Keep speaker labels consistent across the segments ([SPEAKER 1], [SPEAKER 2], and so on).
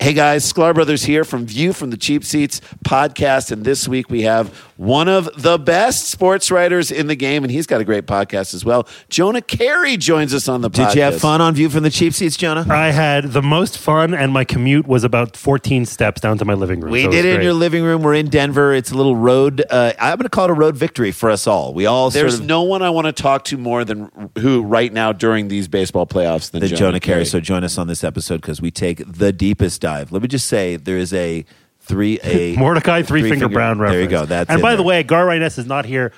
[SPEAKER 1] Hey guys, Sklar Brothers here from View from the Cheap Seats podcast. And this week we have one of the best sports writers in the game, and he's got a great podcast as well. Jonah Carey joins us on the podcast.
[SPEAKER 2] Did you have fun on View from the Cheap Seats, Jonah?
[SPEAKER 3] I had the most fun, and my commute was about 14 steps down to my living room.
[SPEAKER 2] We
[SPEAKER 3] so
[SPEAKER 2] did it
[SPEAKER 3] was
[SPEAKER 2] in
[SPEAKER 3] great.
[SPEAKER 2] your living room. We're in Denver. It's a little road. Uh, I'm going to call it a road victory for us all. We all
[SPEAKER 1] There's
[SPEAKER 2] sort of
[SPEAKER 1] no one I want to talk to more than who right now during these baseball playoffs than,
[SPEAKER 2] than Jonah, Carey. So join us on this episode because we take the deepest dive. Let me just say there is a three a
[SPEAKER 3] Mordecai Three, Finger, Brown reference.
[SPEAKER 2] There you go. That's
[SPEAKER 3] and
[SPEAKER 2] in
[SPEAKER 3] by
[SPEAKER 2] there.
[SPEAKER 3] the way, Gar Inez is not here.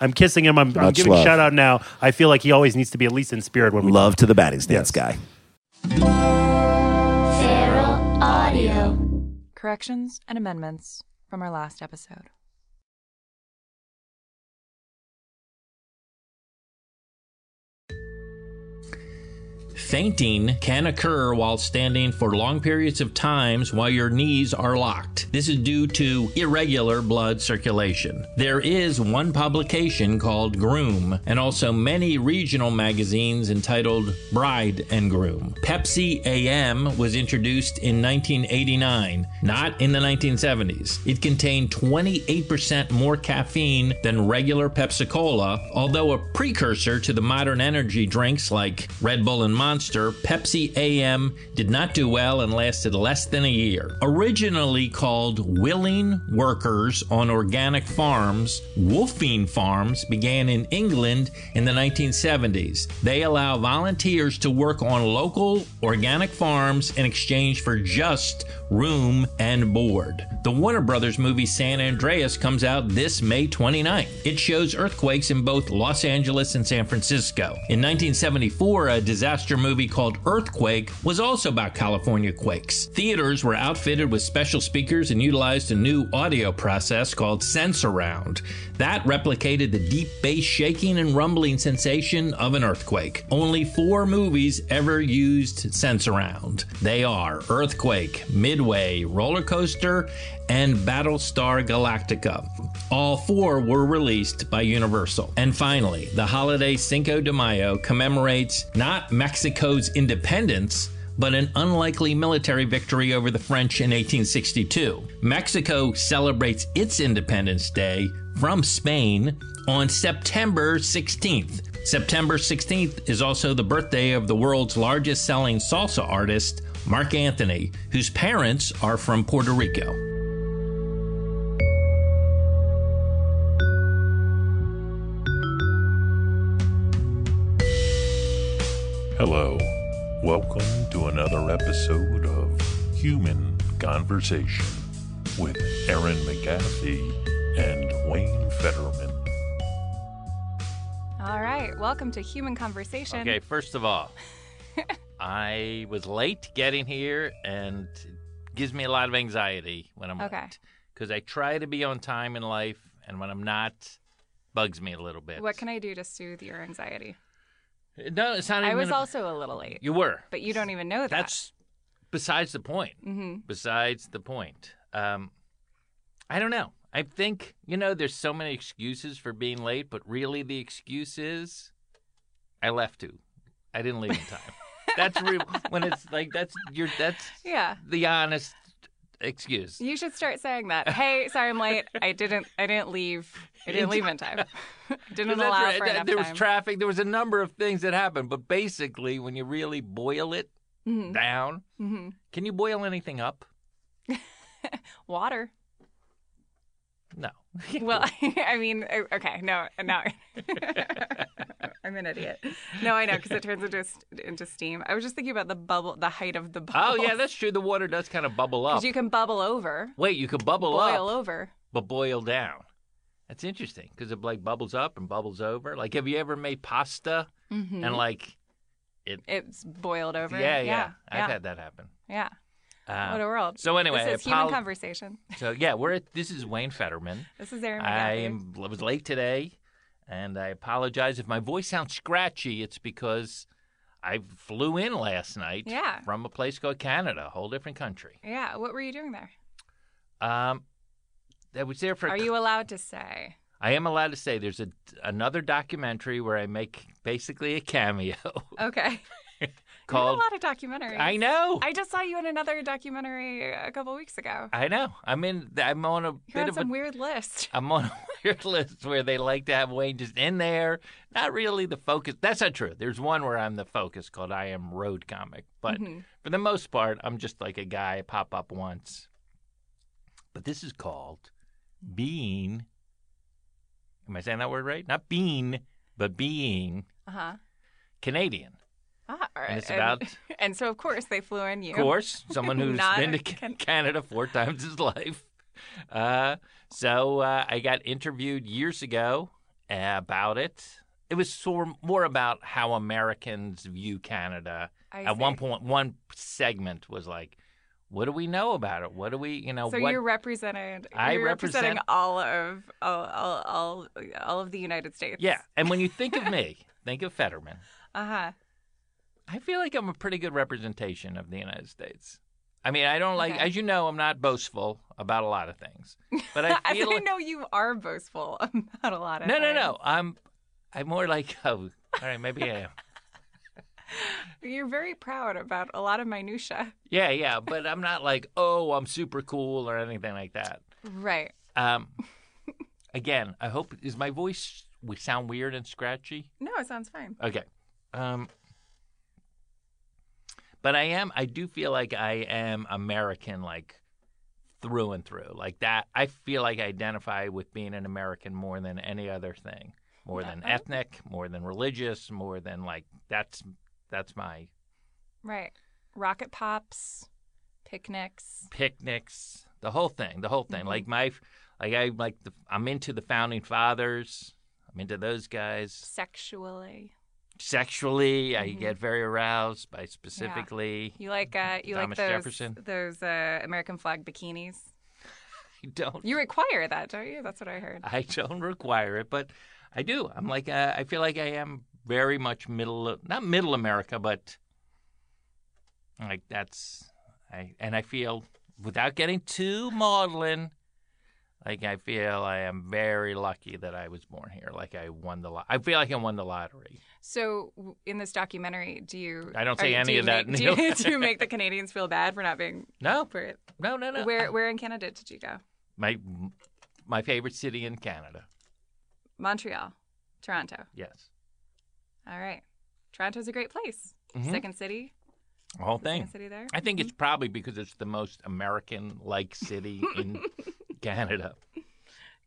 [SPEAKER 3] I'm kissing him. I'm, I'm
[SPEAKER 1] Much
[SPEAKER 3] giving
[SPEAKER 1] love.
[SPEAKER 3] shout out now. I feel like he always needs to be at least in spirit when we
[SPEAKER 2] love to the batting stance
[SPEAKER 3] Yes.
[SPEAKER 2] guy.
[SPEAKER 4] Feral Audio.
[SPEAKER 5] corrections and amendments from our last episode.
[SPEAKER 6] Fainting can occur while standing for long periods of times while your knees are locked. This is due to irregular blood circulation. There is one publication called Groom and also many regional magazines entitled Bride and Groom. Pepsi AM was introduced in 1989, not in the 1970s. It contained 28% more caffeine than regular Pepsi Cola, although a precursor to the modern energy drinks like Red Bull and Monster, Pepsi AM did not do well and lasted less than a year. Originally called Willing Workers on Organic Farms, Wolfing Farms began in England in the 1970s. They allow volunteers to work on local organic farms in exchange for just room and board. The Warner Brothers movie San Andreas comes out this May 29th. It shows earthquakes in both Los Angeles and San Francisco. In 1974, a disaster movie called Earthquake was also about California quakes. Theaters were outfitted with special speakers and utilized a new audio process called Sensoround. That replicated the deep bass shaking and rumbling sensation of an earthquake. Only four movies ever used Sensoround. They are Earthquake, Midway, Roller Coaster, and Battlestar Galactica. All four were released by Universal. And finally, the holiday Cinco de Mayo commemorates not Mexico's independence, but an unlikely military victory over the French in 1862. Mexico celebrates its Independence Day from Spain on September 16th. September 16th is also the birthday of the world's largest selling salsa artist, Mark Anthony, whose parents are from Puerto Rico.
[SPEAKER 7] Hello. Welcome to another episode of Human Conversation with Aaron McGathy and Wayne Fetterman.
[SPEAKER 5] All right, welcome to Human Conversation.
[SPEAKER 6] Okay, first of all, I was late getting here and it gives me a lot of anxiety when I'm
[SPEAKER 5] Okay.
[SPEAKER 6] late. Because I try to be on time in life, and when I'm not, bugs me a little bit.
[SPEAKER 5] What can I do to soothe your anxiety?
[SPEAKER 6] No, it's not even.
[SPEAKER 5] I was
[SPEAKER 6] gonna-
[SPEAKER 5] also a little late,
[SPEAKER 6] You were.
[SPEAKER 5] but you don't even know that.
[SPEAKER 6] That's besides the point.
[SPEAKER 5] hmm
[SPEAKER 6] Besides the point. Um, I don't know. I think, you know, there's so many excuses for being late, but really the excuse is I left to. I didn't leave in time. that's real. When it's like, that's your, that's
[SPEAKER 5] Yeah.
[SPEAKER 6] the honest excuse.
[SPEAKER 5] You should start saying that. Hey, sorry I'm late. I didn't. I didn't leave. I didn't leave in time. didn't
[SPEAKER 6] 'Cause that's
[SPEAKER 5] allow
[SPEAKER 6] right.
[SPEAKER 5] for
[SPEAKER 6] Th-
[SPEAKER 5] enough
[SPEAKER 6] there was
[SPEAKER 5] time.
[SPEAKER 6] traffic. There was a number of things that happened, but basically, when you really boil it
[SPEAKER 5] Mhm,
[SPEAKER 6] down,
[SPEAKER 5] mhm.
[SPEAKER 6] can you boil anything up?
[SPEAKER 5] Water.
[SPEAKER 6] No.
[SPEAKER 5] Well, I mean, o- okay, no, no, I'm an idiot. No, I know because it turns into st- into steam. I was just thinking about the bubble, the height of the
[SPEAKER 6] Oh
[SPEAKER 5] bubble.
[SPEAKER 6] yeah, that's true. The water does kind of bubble up.
[SPEAKER 5] because you can bubble over,
[SPEAKER 6] Wait, you could bubble
[SPEAKER 5] boil
[SPEAKER 6] up,
[SPEAKER 5] over.
[SPEAKER 6] but boil down. That's interesting because it like bubbles up and bubbles over. Like, have you ever made pasta
[SPEAKER 5] Mm-hmm.
[SPEAKER 6] and like, it?
[SPEAKER 5] it's boiled over.
[SPEAKER 6] Yeah, yeah,
[SPEAKER 5] yeah.
[SPEAKER 6] I've
[SPEAKER 5] yeah,
[SPEAKER 6] had that happen.
[SPEAKER 5] yeah.
[SPEAKER 6] Uh,
[SPEAKER 5] what a world.
[SPEAKER 6] so anyway,
[SPEAKER 5] this is
[SPEAKER 6] I
[SPEAKER 5] human
[SPEAKER 6] apol-
[SPEAKER 5] conversation.
[SPEAKER 6] so yeah, we're at. This is Wayne Fetterman.
[SPEAKER 5] This is Aaron.
[SPEAKER 6] I
[SPEAKER 5] McGathy.
[SPEAKER 6] am I was late today, and I apologize if my voice sounds scratchy. It's because I flew in last night.
[SPEAKER 5] Yeah.
[SPEAKER 6] From a place called Canada, a whole different country.
[SPEAKER 5] Yeah. What were you doing there?
[SPEAKER 6] Um, I was there for. a
[SPEAKER 5] Are you allowed to say?
[SPEAKER 6] I am allowed to say there's a another documentary where I make basically a cameo.
[SPEAKER 5] Okay. You have
[SPEAKER 6] called.
[SPEAKER 5] a lot of documentaries.
[SPEAKER 6] I know.
[SPEAKER 5] I just saw you in another documentary a couple weeks ago.
[SPEAKER 6] I know. I'm in. I'm on a
[SPEAKER 5] You're
[SPEAKER 6] bit
[SPEAKER 5] on
[SPEAKER 6] of a.
[SPEAKER 5] some weird list.
[SPEAKER 6] I'm on a weird list where they like to have Wayne just in there. Not really the focus. That's not true. There's one where I'm the focus called I Am Road Comic. But
[SPEAKER 5] Mm-hmm.
[SPEAKER 6] for the most part, I'm just like a guy pop up once. But this is called being. Am I saying that word right? Not being, but being
[SPEAKER 5] Uh huh.
[SPEAKER 6] Canadian.
[SPEAKER 5] Ah, all right.
[SPEAKER 6] it's about-
[SPEAKER 5] And, and so, of course, they flew in you.
[SPEAKER 6] Of course, someone who's
[SPEAKER 5] Not
[SPEAKER 6] been to
[SPEAKER 5] a
[SPEAKER 6] Ca-
[SPEAKER 5] Can-
[SPEAKER 6] Canada four times his life. Uh, so uh, I got interviewed years ago about it. It was sort more about how Americans view Canada.
[SPEAKER 5] I
[SPEAKER 6] At one
[SPEAKER 5] see.
[SPEAKER 6] point, one segment was like, "What do we know about it? What do we, you know,
[SPEAKER 5] So
[SPEAKER 6] what?"
[SPEAKER 5] you're represented.
[SPEAKER 6] I
[SPEAKER 5] you're representing
[SPEAKER 6] represent-
[SPEAKER 5] all of all, all all all of the United States.
[SPEAKER 6] yeah, and when you think of me, think of Fetterman.
[SPEAKER 5] Uh huh.
[SPEAKER 6] I feel like I'm a pretty good representation of the United States. I mean, I don't like,
[SPEAKER 5] Okay.
[SPEAKER 6] as you know, I'm not boastful about a lot of things, but I feel
[SPEAKER 5] I,
[SPEAKER 6] like,
[SPEAKER 5] know you are boastful about a lot of.
[SPEAKER 6] No, no, no. I'm I'm more like oh, all right, maybe I am.
[SPEAKER 5] things. You're very proud about a lot of minutia.
[SPEAKER 6] Yeah, yeah, but I'm not like oh, I'm super cool or anything like that.
[SPEAKER 5] Right.
[SPEAKER 6] Um, again, I hope is my voice would sound weird and scratchy.
[SPEAKER 5] No, it sounds fine.
[SPEAKER 6] Okay. Um, but I am. I do feel like I am American, like through and through. Like that. I feel like I identify with being an American more than any other thing. More than ethnic. More than religious. More than like that's that's my
[SPEAKER 5] Right. Rocket pops, picnics.
[SPEAKER 6] picnics, the whole thing, the whole thing. Like my, like I like the, I'm into the founding fathers. I'm into those guys.
[SPEAKER 5] Sexually,
[SPEAKER 6] Sexually, I get very aroused by specifically.
[SPEAKER 5] you like uh, you
[SPEAKER 6] Thomas
[SPEAKER 5] like those
[SPEAKER 6] Jefferson.
[SPEAKER 5] those uh, American flag bikinis.
[SPEAKER 6] I don't.
[SPEAKER 5] You require that, don't you? That's what I heard.
[SPEAKER 6] I don't require it, but I do. I'm like uh, I feel like I am very much middle, not middle America, but like that's I and I feel without getting too maudlin, like I feel I am very lucky that I was born here. Like I won the lot. I feel like I won the lottery.
[SPEAKER 5] So w- in this documentary, do you?
[SPEAKER 6] I don't
[SPEAKER 5] are
[SPEAKER 6] say
[SPEAKER 5] you- do
[SPEAKER 6] any
[SPEAKER 5] you
[SPEAKER 6] of that,
[SPEAKER 5] make- do, you,
[SPEAKER 6] Neil.
[SPEAKER 5] do you make the Canadians feel bad for not being?
[SPEAKER 6] No,
[SPEAKER 5] For it?
[SPEAKER 6] no, no, no.
[SPEAKER 5] Where where in Canada did you go?
[SPEAKER 6] my my favorite city in Canada?
[SPEAKER 5] Montreal, Toronto.
[SPEAKER 6] Yes,
[SPEAKER 5] All right, Toronto's a great place. Second city,
[SPEAKER 6] Mm-hmm. the whole thing.
[SPEAKER 5] second city there.
[SPEAKER 6] I think it's probably because it's the most American like city in Canada.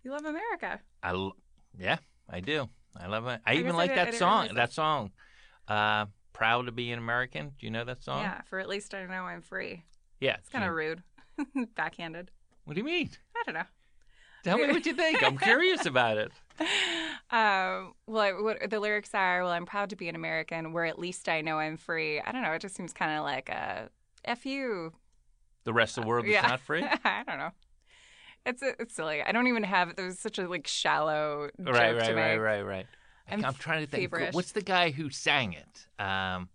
[SPEAKER 5] You love America.
[SPEAKER 6] I l- yeah, I do. I love it. I,
[SPEAKER 5] guess
[SPEAKER 6] even
[SPEAKER 5] I
[SPEAKER 6] like
[SPEAKER 5] did- I
[SPEAKER 6] that
[SPEAKER 5] didn't
[SPEAKER 6] song.
[SPEAKER 5] realize
[SPEAKER 6] That song, uh, "Proud to Be an American." Do you know that song?
[SPEAKER 5] Yeah, for at least I know I'm free.
[SPEAKER 6] yeah.
[SPEAKER 5] It's kind of rude, backhanded.
[SPEAKER 6] What do you mean?
[SPEAKER 5] I don't know.
[SPEAKER 6] Tell me what you think. I'm curious about it.
[SPEAKER 5] Um, well, I, what the lyrics are, well, I'm proud to be an American, where at least I know I'm free. I don't know. It just seems kind of like a F you.
[SPEAKER 6] The rest of the world is
[SPEAKER 5] Yeah.
[SPEAKER 6] not free.
[SPEAKER 5] I don't know. It's, uh, it's silly. I don't even have, there's such a like shallow joke
[SPEAKER 6] right,
[SPEAKER 5] to
[SPEAKER 6] right, right,
[SPEAKER 5] make.
[SPEAKER 6] right, right. I'm,
[SPEAKER 5] I'm
[SPEAKER 6] I'm trying to think.
[SPEAKER 5] feverish.
[SPEAKER 6] What's the guy who sang it? Um,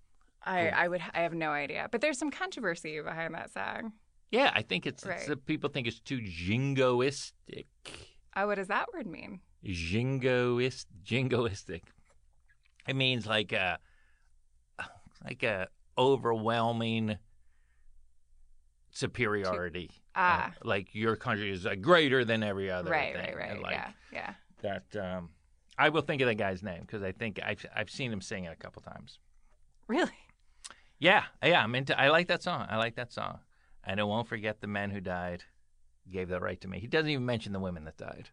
[SPEAKER 5] I, I would, I have no idea. But there's some controversy behind that song.
[SPEAKER 6] yeah, I think it's, it's
[SPEAKER 5] Right.
[SPEAKER 6] uh, people think it's too jingoistic.
[SPEAKER 5] Oh, what does that word mean?
[SPEAKER 6] Jingoist, jingoistic. It means like a like a overwhelming superiority.
[SPEAKER 5] Ah.
[SPEAKER 6] Uh, like your country is like greater than every other.
[SPEAKER 5] Right,
[SPEAKER 6] thing.
[SPEAKER 5] right, right.
[SPEAKER 6] And, like,
[SPEAKER 5] yeah, yeah.
[SPEAKER 6] That um, I will think of the guy's name because I think I've I've seen him sing it a couple times.
[SPEAKER 5] Really?
[SPEAKER 6] Yeah, yeah. I'm into. I like that song. I like that song. And I won't forget the men who died. Gave that right to me. He doesn't even mention the women that died.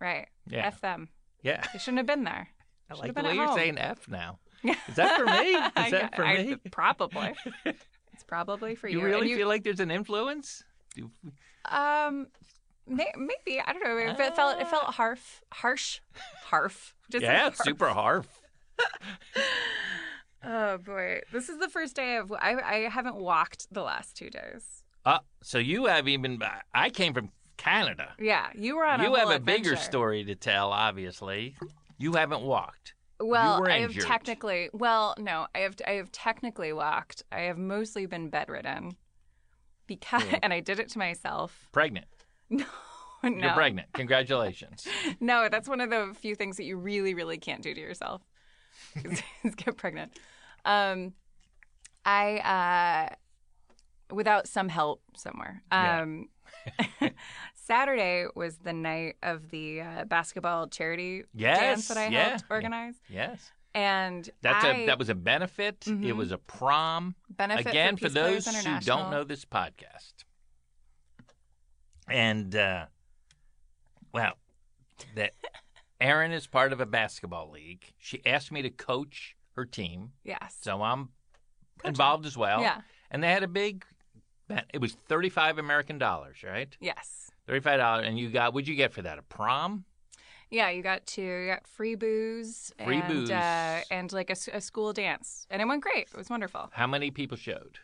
[SPEAKER 5] Right.
[SPEAKER 6] Yeah.
[SPEAKER 5] F them.
[SPEAKER 6] Yeah.
[SPEAKER 5] They shouldn't have been there.
[SPEAKER 6] I
[SPEAKER 5] Should've
[SPEAKER 6] like the
[SPEAKER 5] been
[SPEAKER 6] way
[SPEAKER 5] at
[SPEAKER 6] you're
[SPEAKER 5] home.
[SPEAKER 6] saying F now. Is that for me? Is that for
[SPEAKER 5] I-
[SPEAKER 6] me?
[SPEAKER 5] Probably. it's probably for you.
[SPEAKER 6] you really
[SPEAKER 5] And you-
[SPEAKER 6] feel like there's an influence? Do,
[SPEAKER 5] Um, may, maybe I don't know. It felt it felt harf, harsh, harf. Just
[SPEAKER 6] Ah. yeah,
[SPEAKER 5] harf.
[SPEAKER 6] super harf.
[SPEAKER 5] Oh boy, this is the first day of I I haven't walked the last two days.
[SPEAKER 6] Uh, so you have even. I came from Canada.
[SPEAKER 5] Yeah, you were on. a
[SPEAKER 6] You have
[SPEAKER 5] whole
[SPEAKER 6] a bigger
[SPEAKER 5] adventure.
[SPEAKER 6] story to tell. Obviously, you haven't walked.
[SPEAKER 5] Well,
[SPEAKER 6] were
[SPEAKER 5] I have
[SPEAKER 6] injured.
[SPEAKER 5] technically. Well, no, I have I have technically walked. I have mostly been bedridden because, and I did it to myself.
[SPEAKER 6] Pregnant.
[SPEAKER 5] No.
[SPEAKER 6] You're pregnant. Congratulations.
[SPEAKER 5] No, that's one of the few things that you really, really can't do to yourself is, is get pregnant. Um, I uh, without some help somewhere.
[SPEAKER 6] Yeah.
[SPEAKER 5] Um, Saturday was the night of the uh, basketball charity
[SPEAKER 6] Yes,
[SPEAKER 5] dance that I
[SPEAKER 6] yeah.
[SPEAKER 5] helped organize,
[SPEAKER 6] Yes.
[SPEAKER 5] and
[SPEAKER 6] That's
[SPEAKER 5] I
[SPEAKER 6] a that was a benefit. It
[SPEAKER 5] Mhm.
[SPEAKER 6] was a prom.
[SPEAKER 5] benefit
[SPEAKER 6] Again,
[SPEAKER 5] for,
[SPEAKER 6] for
[SPEAKER 5] Peace Players
[SPEAKER 6] those who don't
[SPEAKER 5] International.
[SPEAKER 6] know this podcast, and uh, well, that Erin is part of a basketball league. She asked me to coach her team,
[SPEAKER 5] Yes.
[SPEAKER 6] so I'm involved as well.
[SPEAKER 5] Yeah.
[SPEAKER 6] and they had a big. bet. It was thirty-five American dollars, right?
[SPEAKER 5] Yes.
[SPEAKER 6] Thirty-five dollars, and you got. What'd you get for that? A prom?
[SPEAKER 5] Yeah, you got to you got free booze,
[SPEAKER 6] Free
[SPEAKER 5] and,
[SPEAKER 6] booze.
[SPEAKER 5] Uh, and like a, s- a school dance, and it went great. It was wonderful.
[SPEAKER 6] How many people showed?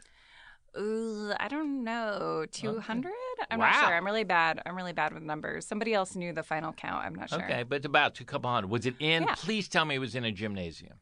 [SPEAKER 5] Ooh, I don't know, two hundred. I'm not
[SPEAKER 6] Wow.
[SPEAKER 5] sure. I'm really bad. I'm really bad with numbers. Somebody else knew the final count. I'm not sure.
[SPEAKER 6] Okay, but about two couple hundred. Was it in?
[SPEAKER 5] Yeah.
[SPEAKER 6] Please tell me it was in a gymnasium.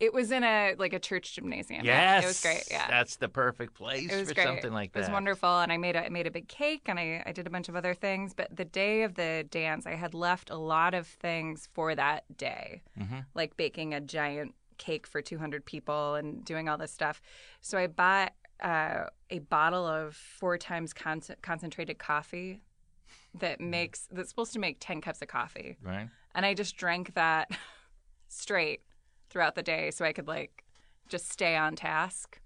[SPEAKER 5] It was in a like a church gymnasium.
[SPEAKER 6] Yes,
[SPEAKER 5] it was great. Yeah,
[SPEAKER 6] that's the perfect place
[SPEAKER 5] it was
[SPEAKER 6] for
[SPEAKER 5] great.
[SPEAKER 6] something like that.
[SPEAKER 5] It was wonderful, and I made a I made a big cake, and I I did a bunch of other things. But the day of the dance, I had left a lot of things for that day,
[SPEAKER 6] Mhm.
[SPEAKER 5] like baking a giant cake for 200 people and doing all this stuff. So I bought uh, a bottle of four times con- concentrated coffee that
[SPEAKER 6] Mm-hmm.
[SPEAKER 5] makes that's supposed to make 10 cups of coffee.
[SPEAKER 6] Right.
[SPEAKER 5] and I just drank that straight throughout the day so I could like just stay on task.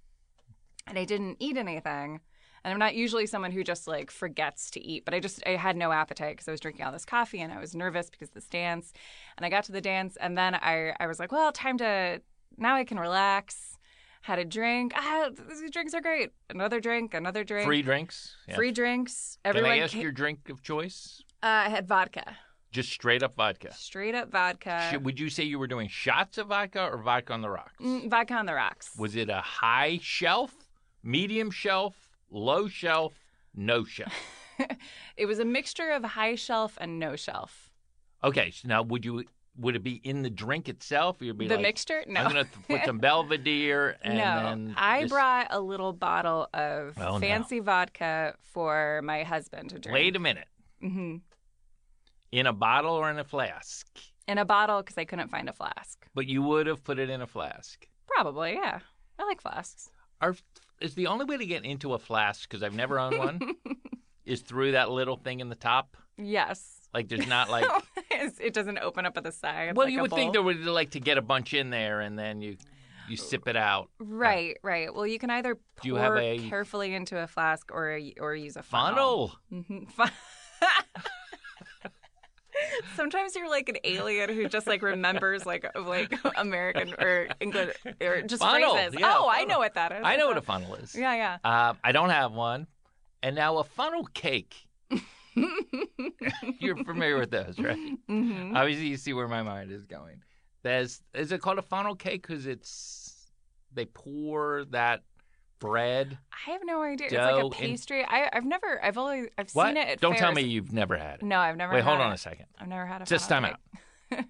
[SPEAKER 5] And I didn't eat anything. And I'm not usually someone who just like forgets to eat, but I just I had no appetite because I was drinking all this coffee and I was nervous because of this dance. And I got to the dance and then I I was like, well, time to now I can relax. Had a drink. Ah, these drinks are great. Another drink. Another drink.
[SPEAKER 6] Free drinks. Yeah.
[SPEAKER 5] Free drinks.
[SPEAKER 6] Can
[SPEAKER 5] Everyone.
[SPEAKER 6] I ask
[SPEAKER 5] ca-
[SPEAKER 6] your drink of choice?
[SPEAKER 5] uh, I had vodka.
[SPEAKER 6] Just straight up vodka.
[SPEAKER 5] Straight up vodka.
[SPEAKER 6] Should- Would you say you were doing shots of vodka or vodka on the rocks?
[SPEAKER 5] Mm, vodka on the rocks.
[SPEAKER 6] Was it a high shelf, medium shelf, low shelf, no shelf?
[SPEAKER 5] It was a mixture of high shelf and no shelf.
[SPEAKER 6] Okay. So now, would you would it be in the drink itself? You'd be
[SPEAKER 5] The
[SPEAKER 6] like,
[SPEAKER 5] mixture? No.
[SPEAKER 6] I'm gonna th- put some Belvedere and
[SPEAKER 5] no,
[SPEAKER 6] then
[SPEAKER 5] I
[SPEAKER 6] this-
[SPEAKER 5] brought a little bottle of
[SPEAKER 6] Oh, no.
[SPEAKER 5] fancy vodka for my husband to drink.
[SPEAKER 6] Wait a minute.
[SPEAKER 5] hmm
[SPEAKER 6] In a bottle or in a flask?
[SPEAKER 5] In a bottle because I couldn't find a flask.
[SPEAKER 6] But you would have put it in a flask.
[SPEAKER 5] Probably, yeah. I like flasks.
[SPEAKER 6] Are is the only way to get into a flask because I've never owned one is through that little thing in the top.
[SPEAKER 5] Yes.
[SPEAKER 6] Like there's not like
[SPEAKER 5] It's- it doesn't open up at the side.
[SPEAKER 6] well
[SPEAKER 5] like
[SPEAKER 6] you
[SPEAKER 5] a
[SPEAKER 6] would think
[SPEAKER 5] bowl.
[SPEAKER 6] there would like to get a bunch in there and then you you sip it out.
[SPEAKER 5] Right, right. Well, you can either pour
[SPEAKER 6] Do you have a-
[SPEAKER 5] carefully into a flask or a, or use a funnel.
[SPEAKER 6] Funnel.
[SPEAKER 5] Mhm. Fun- Sometimes you're like an alien who just like remembers like like American or English or just
[SPEAKER 6] Funnel,
[SPEAKER 5] phrases.
[SPEAKER 6] yeah,
[SPEAKER 5] oh, I
[SPEAKER 6] funnel.
[SPEAKER 5] know what that is.
[SPEAKER 6] I know what a funnel is.
[SPEAKER 5] Yeah, yeah.
[SPEAKER 6] Um, I don't have one. And now a funnel cake. You're familiar with those, right? Uh,
[SPEAKER 5] hmm
[SPEAKER 6] Obviously, you see where my mind is going. There's is it called a funnel cake because it's they pour that bread.
[SPEAKER 5] I have no idea.
[SPEAKER 6] Dough
[SPEAKER 5] it's
[SPEAKER 6] and-
[SPEAKER 5] like a pastry. I, I've never. I've only. I've seen it. At
[SPEAKER 6] Don't tell me
[SPEAKER 5] fairs.
[SPEAKER 6] you've never had it.
[SPEAKER 5] No, I've never.
[SPEAKER 6] Wait,
[SPEAKER 5] had
[SPEAKER 6] hold on
[SPEAKER 5] it.
[SPEAKER 6] a second.
[SPEAKER 5] I've never had a.
[SPEAKER 6] Just time
[SPEAKER 5] funnel
[SPEAKER 6] out.
[SPEAKER 5] cake.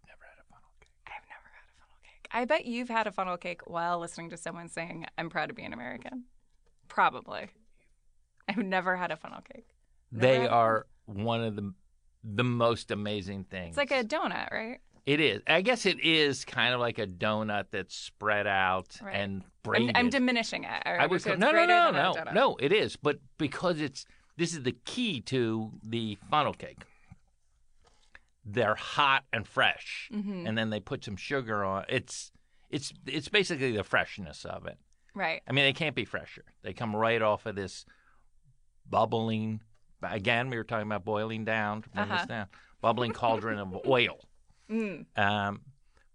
[SPEAKER 5] I've never had a funnel cake. I bet you've had a funnel cake while listening to someone saying, "I'm proud to be an American." Probably. I've never had a funnel cake. Never
[SPEAKER 6] They
[SPEAKER 5] had
[SPEAKER 6] are one of the the most amazing
[SPEAKER 5] It's
[SPEAKER 6] things.
[SPEAKER 5] like a donut, right?
[SPEAKER 6] It is. I guess it is kind of like a donut that's spread out
[SPEAKER 5] Right.
[SPEAKER 6] and
[SPEAKER 5] I'm,
[SPEAKER 6] braided.
[SPEAKER 5] I'm diminishing it.
[SPEAKER 6] I would
[SPEAKER 5] say
[SPEAKER 6] go,
[SPEAKER 5] it's
[SPEAKER 6] no, no,
[SPEAKER 5] greater
[SPEAKER 6] no,
[SPEAKER 5] than a
[SPEAKER 6] no,
[SPEAKER 5] donut.
[SPEAKER 6] no. It is, but because it's this is the key to the funnel cake. They're hot and fresh,
[SPEAKER 5] Mm-hmm.
[SPEAKER 6] and then they put some sugar on. It's it's it's basically the freshness of it.
[SPEAKER 5] Right.
[SPEAKER 6] I mean, they can't be fresher. They come right off of this bubbling. Again, we were talking about boiling down. to Bring this
[SPEAKER 5] Uh-huh.
[SPEAKER 6] down. Bubbling cauldron of oil.
[SPEAKER 5] Mm.
[SPEAKER 6] Um,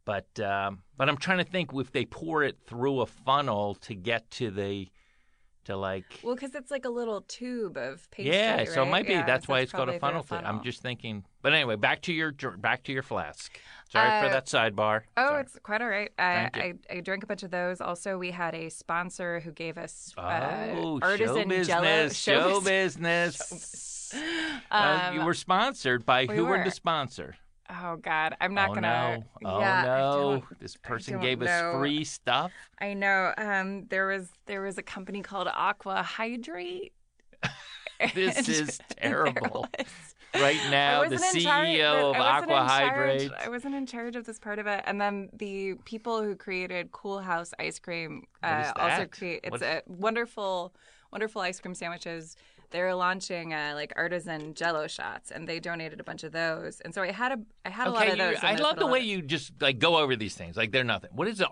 [SPEAKER 6] but um, but I'm trying to think if they pour it through a funnel to get to the to like
[SPEAKER 5] Well, because it's like a little tube of pastry.
[SPEAKER 6] yeah. So it
[SPEAKER 5] right?
[SPEAKER 6] might be
[SPEAKER 5] Yeah,
[SPEAKER 6] that's
[SPEAKER 5] so
[SPEAKER 6] why it's called
[SPEAKER 5] probably
[SPEAKER 6] a funnel,
[SPEAKER 5] through
[SPEAKER 6] thing. I'm just thinking. But anyway, back to your dr- back to your flask. Sorry for
[SPEAKER 5] Uh,
[SPEAKER 6] that sidebar.
[SPEAKER 5] Oh,
[SPEAKER 6] Sorry.
[SPEAKER 5] it's quite all right. I,
[SPEAKER 6] Thank
[SPEAKER 5] I, I drank a bunch of those. Also, we had a sponsor who gave us uh,
[SPEAKER 6] Oh, show
[SPEAKER 5] artisan
[SPEAKER 6] business,
[SPEAKER 5] jello.
[SPEAKER 6] show
[SPEAKER 5] business.
[SPEAKER 6] business. Uh, you were sponsored by
[SPEAKER 5] we
[SPEAKER 6] who were
[SPEAKER 5] were.
[SPEAKER 6] the sponsor?
[SPEAKER 5] Oh God, I'm not
[SPEAKER 6] oh,
[SPEAKER 5] gonna.
[SPEAKER 6] No. Oh
[SPEAKER 5] yeah, I
[SPEAKER 6] no!
[SPEAKER 5] don't-
[SPEAKER 6] This person
[SPEAKER 5] don't
[SPEAKER 6] gave us
[SPEAKER 5] know.
[SPEAKER 6] free stuff.
[SPEAKER 5] I know. Um, there was there was a company called Aqua Hydrate.
[SPEAKER 6] This
[SPEAKER 5] And
[SPEAKER 6] is
[SPEAKER 5] there
[SPEAKER 6] terrible.
[SPEAKER 5] was-
[SPEAKER 6] right now
[SPEAKER 5] I
[SPEAKER 6] the
[SPEAKER 5] wasn't in charge-
[SPEAKER 6] CEO of
[SPEAKER 5] I wasn't in
[SPEAKER 6] Aqua
[SPEAKER 5] charge-
[SPEAKER 6] Hydrate.
[SPEAKER 5] I wasn't in charge of this part of it. And then the people who created Cool House ice cream
[SPEAKER 6] What is
[SPEAKER 5] uh, also
[SPEAKER 6] that?
[SPEAKER 5] create. It's
[SPEAKER 6] What-
[SPEAKER 5] a wonderful, wonderful ice cream sandwiches. They're launching uh, like artisan Jello shots, and they donated a bunch of those. And so I had a, I had a lot
[SPEAKER 6] Okay,
[SPEAKER 5] of
[SPEAKER 6] you-
[SPEAKER 5] those. in
[SPEAKER 6] I
[SPEAKER 5] this
[SPEAKER 6] love the
[SPEAKER 5] little-
[SPEAKER 6] way you just like go over these things like they're nothing. What is an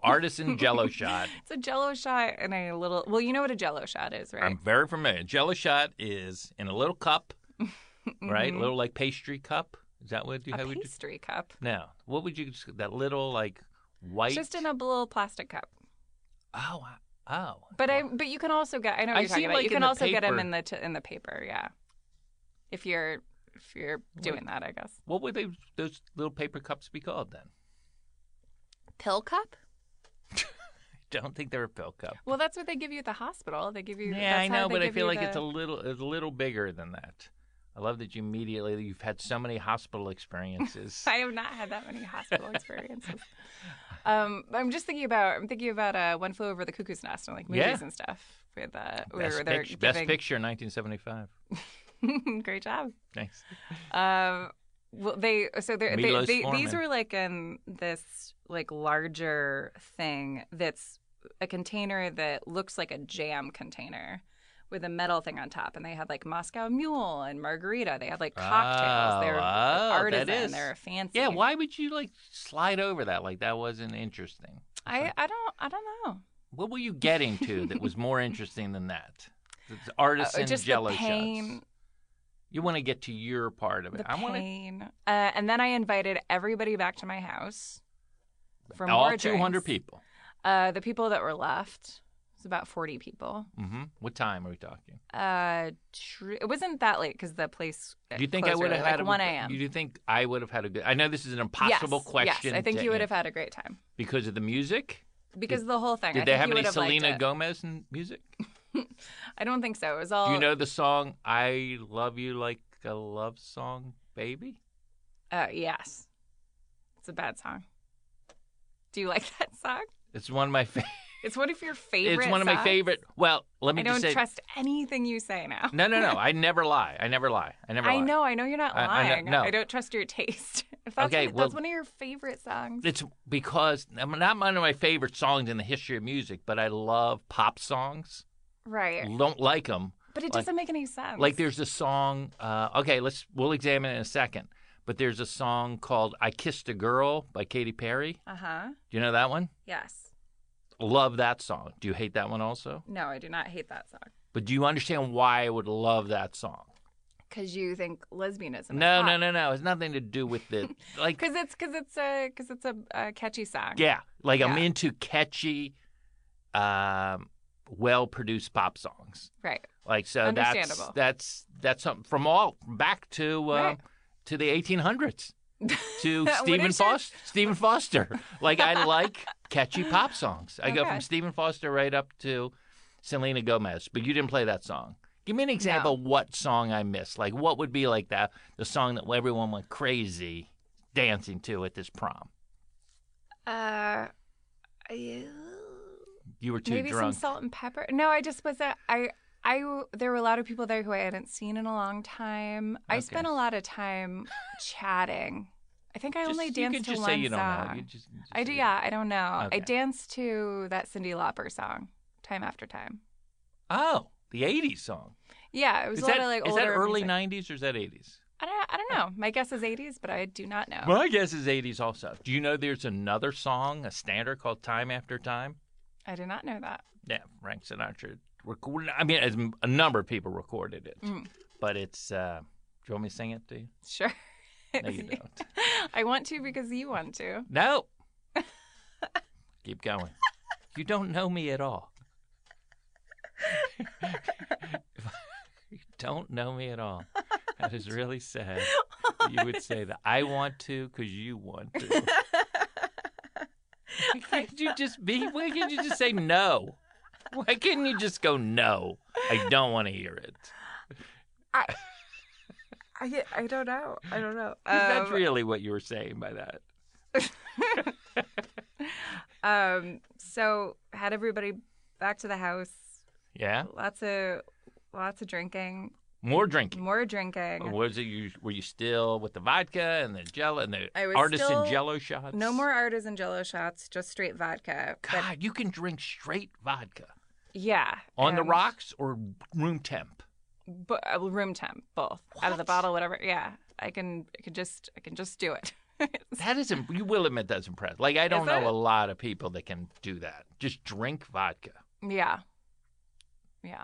[SPEAKER 6] artisan Jello shot?
[SPEAKER 5] It's a Jello shot and a little. Well, you know what a Jello shot is, right?
[SPEAKER 6] I'm very familiar. Jello shot is in a little cup, right? A little like pastry cup. Is that what you
[SPEAKER 5] Mm-hmm. a
[SPEAKER 6] how would you
[SPEAKER 5] pastry cup.
[SPEAKER 6] now? What would you that little like white?
[SPEAKER 5] It's just in a little plastic cup.
[SPEAKER 6] oh I- oh.
[SPEAKER 5] But I but you can also get I know what
[SPEAKER 6] I
[SPEAKER 5] you're talking
[SPEAKER 6] see,
[SPEAKER 5] about.
[SPEAKER 6] like,
[SPEAKER 5] you
[SPEAKER 6] in
[SPEAKER 5] can
[SPEAKER 6] the
[SPEAKER 5] also get 'em get them
[SPEAKER 6] paper-
[SPEAKER 5] in the t- in the paper, yeah. If you're if you're doing that, I guess.
[SPEAKER 6] What would they those little paper cups be called then?
[SPEAKER 5] Pill cup?
[SPEAKER 6] Don't think they're a pill cup.
[SPEAKER 5] Well, that's what they give you at the hospital. They give you
[SPEAKER 6] Yeah, I
[SPEAKER 5] that's how they
[SPEAKER 6] know, but I
[SPEAKER 5] give
[SPEAKER 6] feel
[SPEAKER 5] you
[SPEAKER 6] like it's
[SPEAKER 5] the-
[SPEAKER 6] a little it's a little bigger than that. I love that you immediately you've had so many hospital experiences.
[SPEAKER 5] I have not had that many hospital experiences. Um, but I'm just thinking about I'm thinking about uh, one flew over the cuckoo's nest and like movies
[SPEAKER 6] Yeah.
[SPEAKER 5] and stuff with uh,
[SPEAKER 6] Best,
[SPEAKER 5] where they're
[SPEAKER 6] pic- best
[SPEAKER 5] giving-
[SPEAKER 6] picture, 1975.
[SPEAKER 5] great job.
[SPEAKER 6] Thanks.
[SPEAKER 5] Um, well, they so they're, they,
[SPEAKER 6] Milos
[SPEAKER 5] they these
[SPEAKER 6] Forman.
[SPEAKER 5] were like in this like larger thing that's a container that looks like a jam container with a metal thing on top, and they had like Moscow Mule and margarita. They had like cocktails.
[SPEAKER 6] Oh,
[SPEAKER 5] they're
[SPEAKER 6] oh, that
[SPEAKER 5] artisan.
[SPEAKER 6] is-
[SPEAKER 5] They're fancy.
[SPEAKER 6] Yeah, why would you like slide over that like that wasn't interesting?
[SPEAKER 5] I I don't I don't know.
[SPEAKER 6] What were you getting to that was more interesting than that? It's
[SPEAKER 5] Uh,
[SPEAKER 6] artisan
[SPEAKER 5] just
[SPEAKER 6] jello
[SPEAKER 5] the pain.
[SPEAKER 6] shots. You want to get to your part of it.
[SPEAKER 5] The
[SPEAKER 6] I want
[SPEAKER 5] pain. Uh, and then I invited everybody back to my house. For
[SPEAKER 6] to
[SPEAKER 5] more
[SPEAKER 6] all 200
[SPEAKER 5] drinks.
[SPEAKER 6] people.
[SPEAKER 5] Uh, the people that were left it was about forty people.
[SPEAKER 6] hmm What time are we talking?
[SPEAKER 5] Uh, tr- it wasn't that late because the place. uh,
[SPEAKER 6] Do you think I would have had
[SPEAKER 5] like
[SPEAKER 6] a,
[SPEAKER 5] one a.m.
[SPEAKER 6] Do you think I would have had a good? I know this is an impossible
[SPEAKER 5] yes,
[SPEAKER 6] question.
[SPEAKER 5] Yes, I think
[SPEAKER 6] to
[SPEAKER 5] you would have
[SPEAKER 6] answer.
[SPEAKER 5] had a great time
[SPEAKER 6] because of the music.
[SPEAKER 5] because the whole thing.
[SPEAKER 6] Did
[SPEAKER 5] I
[SPEAKER 6] they
[SPEAKER 5] think
[SPEAKER 6] have
[SPEAKER 5] you
[SPEAKER 6] any
[SPEAKER 5] would have liked
[SPEAKER 6] Selena
[SPEAKER 5] it.
[SPEAKER 6] Gomez in music?
[SPEAKER 5] I don't think so. It was all.
[SPEAKER 6] Do you know the song "I Love You Like a Love Song, Baby"?
[SPEAKER 5] Uh, yes, it's a bad song. Do you like that song?
[SPEAKER 6] It's one of my favorite.
[SPEAKER 5] It's one of your favorite.
[SPEAKER 6] It's one of my
[SPEAKER 5] songs.
[SPEAKER 6] favorite. Well, let me
[SPEAKER 5] I don't
[SPEAKER 6] just say.
[SPEAKER 5] trust anything you say now.
[SPEAKER 6] No, no, no. I never lie. I never lie. I never lie.
[SPEAKER 5] I know, I know you're not
[SPEAKER 6] I- I know-
[SPEAKER 5] lying.
[SPEAKER 6] no.
[SPEAKER 5] don't trust your taste. If that's,
[SPEAKER 6] Okay,
[SPEAKER 5] one,
[SPEAKER 6] well-
[SPEAKER 5] that's one of your favorite songs.
[SPEAKER 6] It's because I'm not one of my favorite songs in the history of music, but I love pop songs.
[SPEAKER 5] right.
[SPEAKER 6] Don't like them.
[SPEAKER 5] But it
[SPEAKER 6] like-
[SPEAKER 5] doesn't make any sense.
[SPEAKER 6] Like there's a song. Uh, okay, let's we'll examine it in a second. But there's a song called "I Kissed a Girl" by Katy Perry.
[SPEAKER 5] Uh huh.
[SPEAKER 6] Do you know that one?
[SPEAKER 5] Yes.
[SPEAKER 6] Love that song. Do you hate that one also?
[SPEAKER 5] No, I do not hate that song.
[SPEAKER 6] But do you understand why I would love that song?
[SPEAKER 5] Because you think lesbianism.
[SPEAKER 6] No, no, no, no. It's nothing to do with the like.
[SPEAKER 5] Because it's because it's a because it's a, a catchy song.
[SPEAKER 6] yeah, like I'm
[SPEAKER 5] Yeah.
[SPEAKER 6] into catchy, um, well-produced pop songs.
[SPEAKER 5] Right.
[SPEAKER 6] Like so, that's
[SPEAKER 5] Understandable.
[SPEAKER 6] that's that's something from all back to uh,
[SPEAKER 5] Right.
[SPEAKER 6] to the 1800s to
[SPEAKER 5] What
[SPEAKER 6] Stephen
[SPEAKER 5] is your-
[SPEAKER 6] Foster. Stephen Foster. Like I like catchy pop songs. I go
[SPEAKER 5] Okay.
[SPEAKER 6] from Stephen Foster right up to Selena Gomez. But you didn't play that song. Give me an example of what song I missed. Like what would be like that the song that everyone went crazy dancing to at this prom.
[SPEAKER 5] Uh.
[SPEAKER 6] You were too
[SPEAKER 5] Maybe some
[SPEAKER 6] drunk.
[SPEAKER 5] salt and pepper. No, I just was a I. I w- there were a lot of people there who I hadn't seen in a long time. I
[SPEAKER 6] Okay.
[SPEAKER 5] spent a lot of time chatting. I think I
[SPEAKER 6] Just-
[SPEAKER 5] only
[SPEAKER 6] you
[SPEAKER 5] danced
[SPEAKER 6] can
[SPEAKER 5] to
[SPEAKER 6] just
[SPEAKER 5] one
[SPEAKER 6] say you don't
[SPEAKER 5] song.
[SPEAKER 6] know. You just, just
[SPEAKER 5] I
[SPEAKER 6] say
[SPEAKER 5] do.
[SPEAKER 6] you don't
[SPEAKER 5] Yeah, I don't know.
[SPEAKER 6] Okay.
[SPEAKER 5] I danced to that Cindy Lauper song time after time.
[SPEAKER 6] know. Oh, the 80s song.
[SPEAKER 5] Yeah, it was
[SPEAKER 6] Is
[SPEAKER 5] a lot
[SPEAKER 6] that,
[SPEAKER 5] of like
[SPEAKER 6] is
[SPEAKER 5] older
[SPEAKER 6] that early Oh.
[SPEAKER 5] music.
[SPEAKER 6] 90s or is that 80s?
[SPEAKER 5] I don't. I don't know. My guess is '80s, but I do not know.
[SPEAKER 6] My guess is 80s also. Do you know there's another song, a standard called Time After Time?
[SPEAKER 5] I did not know that.
[SPEAKER 6] Yeah, Frank Sinatra recorded I mean, as a number of people recorded it.
[SPEAKER 5] Mm.
[SPEAKER 6] But it's, uh, do you want me to sing it to you?
[SPEAKER 5] Sure.
[SPEAKER 6] No, you don't.
[SPEAKER 5] I want to because you want to.
[SPEAKER 6] No. Keep going. You don't know me at all. you don't know me at all. That is really sad. that You would say that I want to because you want to. Why can't you just be? Why can't you just say no? Why couldn't you just go no? I don't want to hear it.
[SPEAKER 5] I, I don't know. I don't know.
[SPEAKER 6] That's really what you were saying by that.
[SPEAKER 5] um. So had everybody back to the house.
[SPEAKER 6] Yeah.
[SPEAKER 5] Lots of lots of drinking.
[SPEAKER 6] More drinking.
[SPEAKER 5] More drinking.
[SPEAKER 6] Was it you? Were you still with the vodka and the jello and the
[SPEAKER 5] I was
[SPEAKER 6] artisan
[SPEAKER 5] still-
[SPEAKER 6] jello shots?
[SPEAKER 5] No more artisan jello shots, just straight vodka. But
[SPEAKER 6] God, you can drink straight vodka
[SPEAKER 5] yeah.
[SPEAKER 6] on the
[SPEAKER 5] and-
[SPEAKER 6] rocks or room temp.
[SPEAKER 5] bo- uh, room temp, both out of the bottle, whatever. Yeah, I can, I can just, I can just do it.
[SPEAKER 6] That is, imp- you will admit that's impressive. Like I don't
[SPEAKER 5] Is
[SPEAKER 6] know
[SPEAKER 5] it?
[SPEAKER 6] a lot of people that can do that. Just drink vodka,
[SPEAKER 5] yeah, yeah,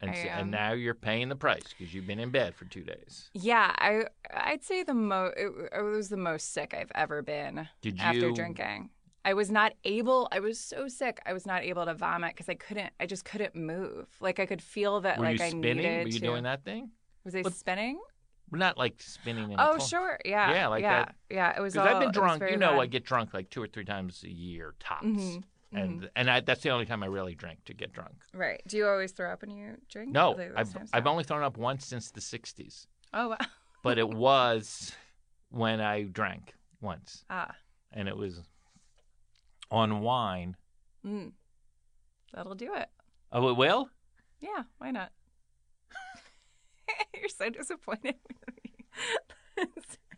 [SPEAKER 6] and,
[SPEAKER 5] I
[SPEAKER 6] s-
[SPEAKER 5] am.
[SPEAKER 6] and now you're paying the price because you've been in bed for two days.
[SPEAKER 5] yeah. I, I'd say the most, it, it was the most sick I've ever been
[SPEAKER 6] Did
[SPEAKER 5] after
[SPEAKER 6] you-
[SPEAKER 5] drinking. I was not able. I was so sick. I was not able to vomit because I couldn't. I just couldn't move. Like I could feel that.
[SPEAKER 6] Were
[SPEAKER 5] like
[SPEAKER 6] you
[SPEAKER 5] I
[SPEAKER 6] spinning?
[SPEAKER 5] needed
[SPEAKER 6] Were you
[SPEAKER 5] to.
[SPEAKER 6] doing that thing?
[SPEAKER 5] Was I
[SPEAKER 6] What-
[SPEAKER 5] spinning?
[SPEAKER 6] Not like spinning. in a
[SPEAKER 5] Oh
[SPEAKER 6] clock.
[SPEAKER 5] sure, yeah,
[SPEAKER 6] Yeah, like
[SPEAKER 5] yeah,
[SPEAKER 6] that.
[SPEAKER 5] yeah. It was.
[SPEAKER 6] Because I've
[SPEAKER 5] all- it
[SPEAKER 6] been
[SPEAKER 5] was
[SPEAKER 6] drunk.
[SPEAKER 5] very
[SPEAKER 6] You know,
[SPEAKER 5] bad.
[SPEAKER 6] I get drunk like two or three times a year tops,
[SPEAKER 5] Mhm,
[SPEAKER 6] and and I, that's the only time I really drink to get drunk.
[SPEAKER 5] Right. Do you always throw up when you drink?
[SPEAKER 6] No,
[SPEAKER 5] Like, those
[SPEAKER 6] I've
[SPEAKER 5] times?
[SPEAKER 6] I've only thrown up once since the '60s,
[SPEAKER 5] Oh wow.
[SPEAKER 6] but it was when I drank once,
[SPEAKER 5] Ah.
[SPEAKER 6] and it was on wine.
[SPEAKER 5] Mm. That'll do it.
[SPEAKER 6] Oh, it will.
[SPEAKER 5] Yeah, why not? You're so disappointed with me.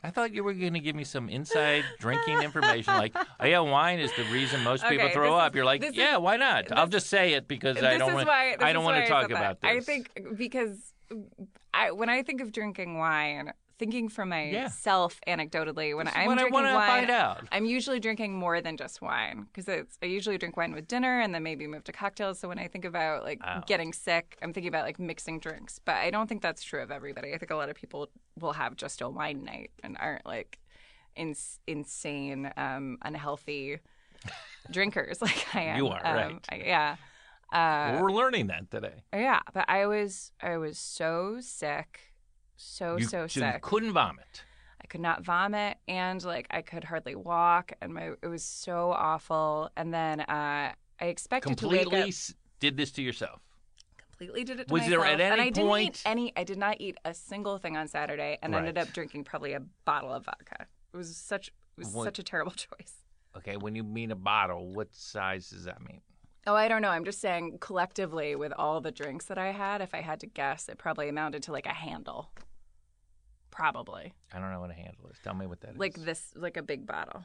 [SPEAKER 6] I thought you were going to give me some inside drinking information, like, oh, yeah, wine is the reason most people
[SPEAKER 5] Okay,
[SPEAKER 6] throw
[SPEAKER 5] this is-
[SPEAKER 6] up. You're like,
[SPEAKER 5] this is-
[SPEAKER 6] yeah, why not? I'll just say it because I
[SPEAKER 5] this
[SPEAKER 6] don't
[SPEAKER 5] is
[SPEAKER 6] want.
[SPEAKER 5] why this
[SPEAKER 6] I don't
[SPEAKER 5] is
[SPEAKER 6] want
[SPEAKER 5] why
[SPEAKER 6] to talk
[SPEAKER 5] said that.
[SPEAKER 6] about this.
[SPEAKER 5] I think because I when I think of drinking wine, thinking for myself anecdotally, when
[SPEAKER 6] This is
[SPEAKER 5] I'm
[SPEAKER 6] what I
[SPEAKER 5] drinking
[SPEAKER 6] wanna
[SPEAKER 5] wine,
[SPEAKER 6] find out.
[SPEAKER 5] I'm usually drinking more than just wine because it's I usually drink wine with dinner and then maybe move to cocktails. So when I think about like getting sick, I'm thinking about like mixing drinks. But I don't think that's true of everybody. I think a lot of people will have just a wine night and aren't like ins insane, um, unhealthy drinkers like I am.
[SPEAKER 6] You are,
[SPEAKER 5] Um,
[SPEAKER 6] right.
[SPEAKER 5] I- yeah. Uh,
[SPEAKER 6] we're learning that today.
[SPEAKER 5] yeah, but I was I was so sick, so
[SPEAKER 6] you,
[SPEAKER 5] oh, so
[SPEAKER 6] so you
[SPEAKER 5] sick.
[SPEAKER 6] couldn't vomit.
[SPEAKER 5] I could not vomit, and like I could hardly walk, and my it was so awful. And then uh, I expected to
[SPEAKER 6] Completely
[SPEAKER 5] wake up.
[SPEAKER 6] s- did this to yourself.
[SPEAKER 5] Completely did it to
[SPEAKER 6] Was there
[SPEAKER 5] myself.
[SPEAKER 6] at any
[SPEAKER 5] and I didn't
[SPEAKER 6] point-
[SPEAKER 5] eat any. I did not eat a single thing on Saturday, and ended
[SPEAKER 6] Right.
[SPEAKER 5] up drinking probably a bottle of vodka. It was such it was
[SPEAKER 6] What-
[SPEAKER 5] such a terrible choice.
[SPEAKER 6] Okay, when you mean a bottle, what size does that mean?
[SPEAKER 5] Oh, I don't know. I'm just saying collectively with all the drinks that I had, if I had to guess, it probably amounted to like a handle. Probably.
[SPEAKER 6] I don't know what a handle is. Tell me what that is.
[SPEAKER 5] like this like a big bottle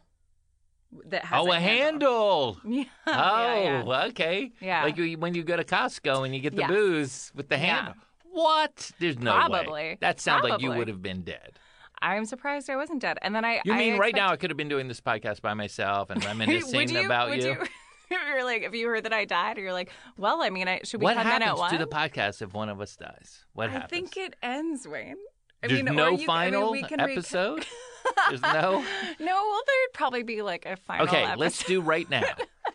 [SPEAKER 5] that has
[SPEAKER 6] Oh, a handle.
[SPEAKER 5] Yeah.
[SPEAKER 6] Oh,
[SPEAKER 5] yeah, yeah.
[SPEAKER 6] okay.
[SPEAKER 5] Yeah.
[SPEAKER 6] Like you- when you go to Costco and you get the
[SPEAKER 5] Yes.
[SPEAKER 6] booze with the
[SPEAKER 5] Yeah.
[SPEAKER 6] handle. What? There's no way.
[SPEAKER 5] Probably.
[SPEAKER 6] That sounds like you
[SPEAKER 5] Probably.
[SPEAKER 6] would have been dead.
[SPEAKER 5] I'm surprised I wasn't dead. And then I
[SPEAKER 6] You
[SPEAKER 5] I
[SPEAKER 6] mean right now I
[SPEAKER 5] expect-
[SPEAKER 6] could have been doing this podcast by myself and
[SPEAKER 5] would
[SPEAKER 6] reminiscing
[SPEAKER 5] you,
[SPEAKER 6] about
[SPEAKER 5] would
[SPEAKER 6] you?
[SPEAKER 5] you? you're like if you heard that I died, or you're like, well, I mean, I should we
[SPEAKER 6] what
[SPEAKER 5] come in at
[SPEAKER 6] happens
[SPEAKER 5] one?
[SPEAKER 6] to the podcast if one of us dies? What
[SPEAKER 5] I
[SPEAKER 6] happens?
[SPEAKER 5] think it ends, Wayne. I
[SPEAKER 6] There's
[SPEAKER 5] mean, or
[SPEAKER 6] no
[SPEAKER 5] you, I mean,
[SPEAKER 6] final
[SPEAKER 5] we can reca-
[SPEAKER 6] episode. There's no.
[SPEAKER 5] no, well, there'd probably be like a final.
[SPEAKER 6] Okay,
[SPEAKER 5] episode.
[SPEAKER 6] let's do right now.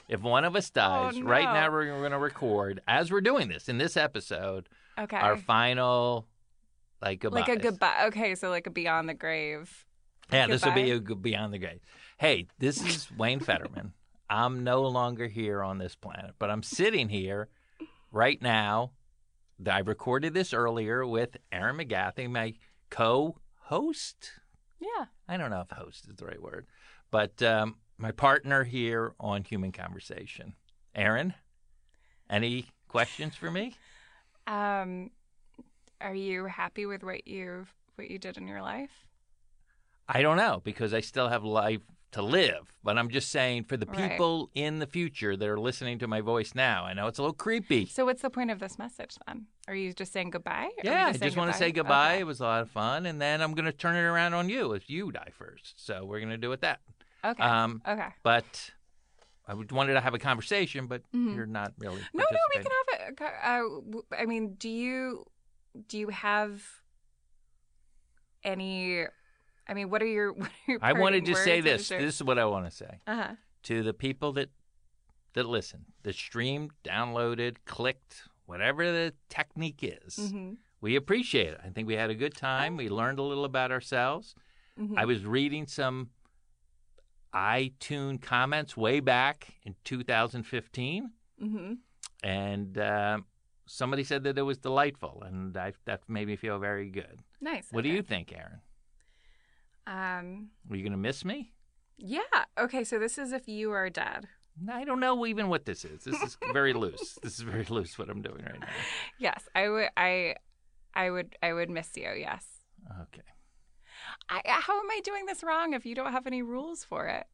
[SPEAKER 6] If one of us dies, right
[SPEAKER 5] Oh, no.
[SPEAKER 6] now we're going to record as we're doing this in this episode
[SPEAKER 5] Okay.
[SPEAKER 6] our final like goodbye.
[SPEAKER 5] like a goodbye. Okay, so like a beyond the grave.
[SPEAKER 6] Yeah, this will be
[SPEAKER 5] Goodbye.
[SPEAKER 6] a good beyond the grave. Hey, this is Wayne Fetterman. I'm no longer here on this planet, but I'm sitting here right now. I recorded this earlier with Aaron McGathy, my co-host.
[SPEAKER 5] Yeah.
[SPEAKER 6] I don't know if host is the right word, but um, my partner here on Human Conversation. Aaron, any questions for me?
[SPEAKER 5] Um, are you happy with what you've what you did in your life?
[SPEAKER 6] I don't know because I still have life to live, but I'm just saying for the
[SPEAKER 5] Right.
[SPEAKER 6] people in the future that are listening to my voice now, I know it's a little creepy.
[SPEAKER 5] So what's the point of this message then? Are you just saying goodbye? Are we
[SPEAKER 6] Yeah, I
[SPEAKER 5] saying
[SPEAKER 6] just want to say goodbye. It was a lot of fun, and then I'm going to turn it around on you if you die first. So we're going to do it that.
[SPEAKER 5] Okay. Okay.
[SPEAKER 6] Um,
[SPEAKER 5] okay.
[SPEAKER 6] But I would- wanted to have a conversation, but
[SPEAKER 5] Mm-hmm.
[SPEAKER 6] you're not really.
[SPEAKER 5] No, no, we
[SPEAKER 6] participating.
[SPEAKER 5] can have it. Uh, w- I mean, do you do you have any? I mean, what are your? What are your
[SPEAKER 6] I want to
[SPEAKER 5] parting
[SPEAKER 6] just say
[SPEAKER 5] words? What
[SPEAKER 6] this.
[SPEAKER 5] is your-
[SPEAKER 6] This is what I want to say
[SPEAKER 5] uh-huh.
[SPEAKER 6] to the people that that listen, that streamed, downloaded, clicked, whatever the technique is.
[SPEAKER 5] hmm
[SPEAKER 6] We appreciate it. I think we had a good time. We learned a little about ourselves.
[SPEAKER 5] mm-hmm,
[SPEAKER 6] I was reading some iTunes comments way back in 2015,
[SPEAKER 5] hmm
[SPEAKER 6] and uh, somebody said that it was delightful, and I, that made me feel very good.
[SPEAKER 5] Nice.
[SPEAKER 6] What do
[SPEAKER 5] okay.
[SPEAKER 6] you think, Aaron?
[SPEAKER 5] Um.
[SPEAKER 6] Were you going to miss me?
[SPEAKER 5] Yeah. Okay. So this is if you are dead.
[SPEAKER 6] I don't know even what this is. This is very loose. This is very loose what I'm doing right now.
[SPEAKER 5] Yes, I would. I I would I would miss you. Yes.
[SPEAKER 6] Okay.
[SPEAKER 5] I, how am I doing this wrong if you don't have any rules for it?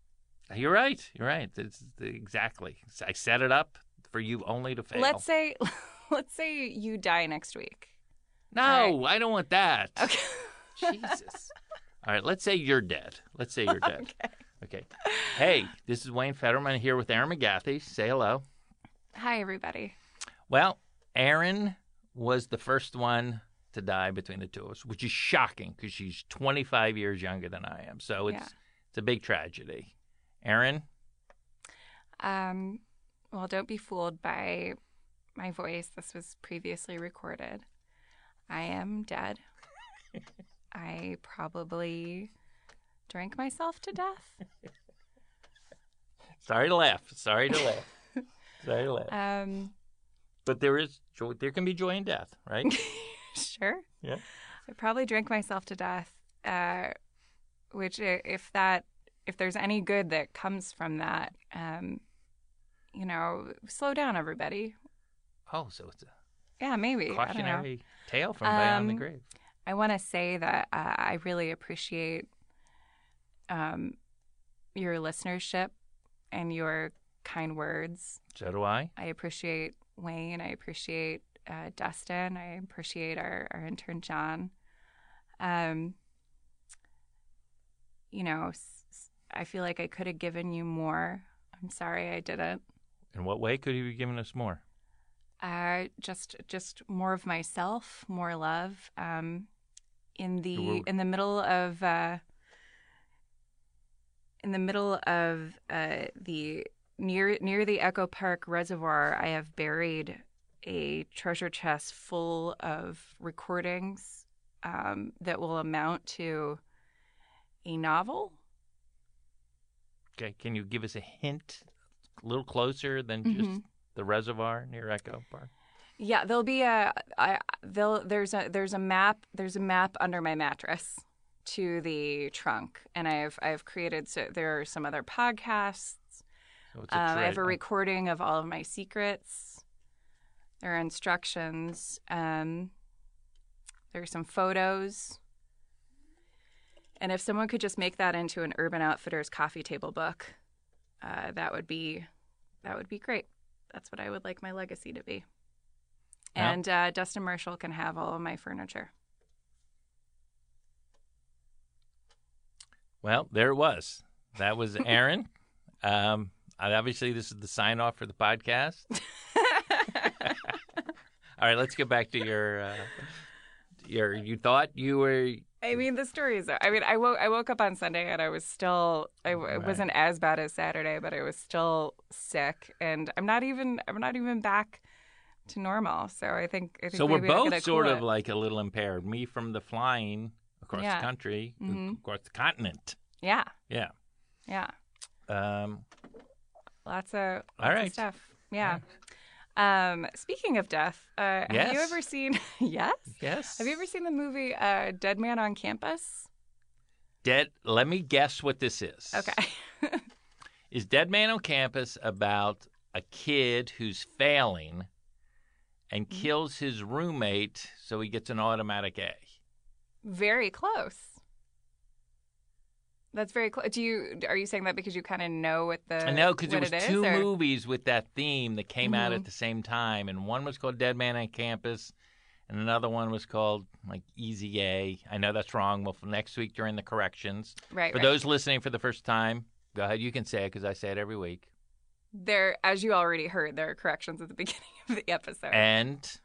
[SPEAKER 6] You're right. You're right. It's, exactly. I set it up for you only to fail.
[SPEAKER 5] Let's say let's say you die next week.
[SPEAKER 6] no, I don't want that.
[SPEAKER 5] Okay.
[SPEAKER 6] Jesus. All right, let's say you're dead. Let's say you're dead.
[SPEAKER 5] Okay.
[SPEAKER 6] okay. Hey, this is Wayne Fetterman here with Aaron McGathy. Say hello.
[SPEAKER 5] Hi everybody.
[SPEAKER 6] Well, Aaron was the first one to die between the two of us, which is shocking because she's 25 years younger than I am. So it's it's a big tragedy. Aaron,
[SPEAKER 5] Um, well, don't be fooled by my voice. This was previously recorded. I am dead. I probably drank myself to death.
[SPEAKER 6] sorry to laugh. Sorry to laugh. sorry to laugh.
[SPEAKER 5] Um,
[SPEAKER 6] But there is joy. There can be joy in death, right?
[SPEAKER 5] sure.
[SPEAKER 6] Yeah.
[SPEAKER 5] I probably drank myself to death. Uh, which, i- if that, if there's any good that comes from that, um, you know, slow down, everybody.
[SPEAKER 6] oh, so it's a
[SPEAKER 5] Yeah, maybe. I don't know.
[SPEAKER 6] cautionary tale from beyond the
[SPEAKER 5] Um,
[SPEAKER 6] grave.
[SPEAKER 5] I want to say that uh, I really appreciate um, your listenership and your kind words.
[SPEAKER 6] So do I.
[SPEAKER 5] I appreciate Wayne. I appreciate uh, Dustin. I appreciate our, our intern, John. Um, you know, s- s- I feel like I could have given you more. I'm sorry I didn't.
[SPEAKER 6] In what way could he be giving us more?
[SPEAKER 5] Uh, just just more of myself, more love. Um, in the
[SPEAKER 6] You were-
[SPEAKER 5] in the middle of uh, in the middle of uh, the near near the Echo Park Reservoir, I have buried a treasure chest full of recordings um, that will amount to a novel.
[SPEAKER 6] Okay, can you give us a hint? A little closer than just
[SPEAKER 5] Mhm.
[SPEAKER 6] the reservoir near Echo Park.
[SPEAKER 5] Yeah, there'll be a I there'll there's a there's a map there's a map under my mattress to the trunk, and I've I've created so there are some other podcasts.
[SPEAKER 6] So it's a
[SPEAKER 5] Um, I have
[SPEAKER 6] tra-
[SPEAKER 5] a recording of all of my secrets. There are instructions. Um, there are some photos. And if someone could just make that into an Urban Outfitters coffee table book, uh, that would be that would be great. That's what I would like my legacy to be.
[SPEAKER 6] Yeah.
[SPEAKER 5] And uh, Dustin Marshall can have all of my furniture.
[SPEAKER 6] Well, there it was. That was Aaron. um, and obviously, this is the sign off for the podcast. All right, let's get back to your. Uh, your you thought you were
[SPEAKER 5] I mean, the story is. I mean, I woke I woke up on Sunday and I was still. I, w- It
[SPEAKER 6] Right.
[SPEAKER 5] wasn't as bad as Saturday, but I was still sick, and I'm not even. I'm not even back to normal. So I think. I think
[SPEAKER 6] so we're
[SPEAKER 5] maybe I gotta
[SPEAKER 6] both sort
[SPEAKER 5] cool
[SPEAKER 6] of
[SPEAKER 5] it.
[SPEAKER 6] like a little impaired. Me from the flying across
[SPEAKER 5] Yeah.
[SPEAKER 6] the country,
[SPEAKER 5] Mhm.
[SPEAKER 6] across the continent.
[SPEAKER 5] Yeah,
[SPEAKER 6] Yeah.
[SPEAKER 5] yeah.
[SPEAKER 6] Um,
[SPEAKER 5] Lots of. Lots
[SPEAKER 6] All right.
[SPEAKER 5] Of stuff. Yeah. Um, speaking of death, uh, have you
[SPEAKER 6] Yes.
[SPEAKER 5] ever seen? yes.
[SPEAKER 6] yes.
[SPEAKER 5] Have you ever seen the movie uh, Dead Man on Campus?
[SPEAKER 6] Dead? Let me guess what this is.
[SPEAKER 5] Okay.
[SPEAKER 6] Is Dead Man on Campus about a kid who's failing and
[SPEAKER 5] Mm-hmm.
[SPEAKER 6] kills his roommate so he gets an automatic A?
[SPEAKER 5] Very close. That's very close. Do you are you saying that because you kind of know what the
[SPEAKER 6] I know because
[SPEAKER 5] uh, what
[SPEAKER 6] there was
[SPEAKER 5] it is,
[SPEAKER 6] two
[SPEAKER 5] or-
[SPEAKER 6] movies with that theme that came out
[SPEAKER 5] Mhm.
[SPEAKER 6] at the same time, and one was called Dead Man on Campus, and another one was called like Easy A. I know that's wrong. Well, for next week during the corrections,
[SPEAKER 5] Right,
[SPEAKER 6] for
[SPEAKER 5] right.
[SPEAKER 6] those listening for the first time, go ahead. You can say it because I say it every week.
[SPEAKER 5] There, as you already heard, there are corrections at the beginning of the episode
[SPEAKER 6] And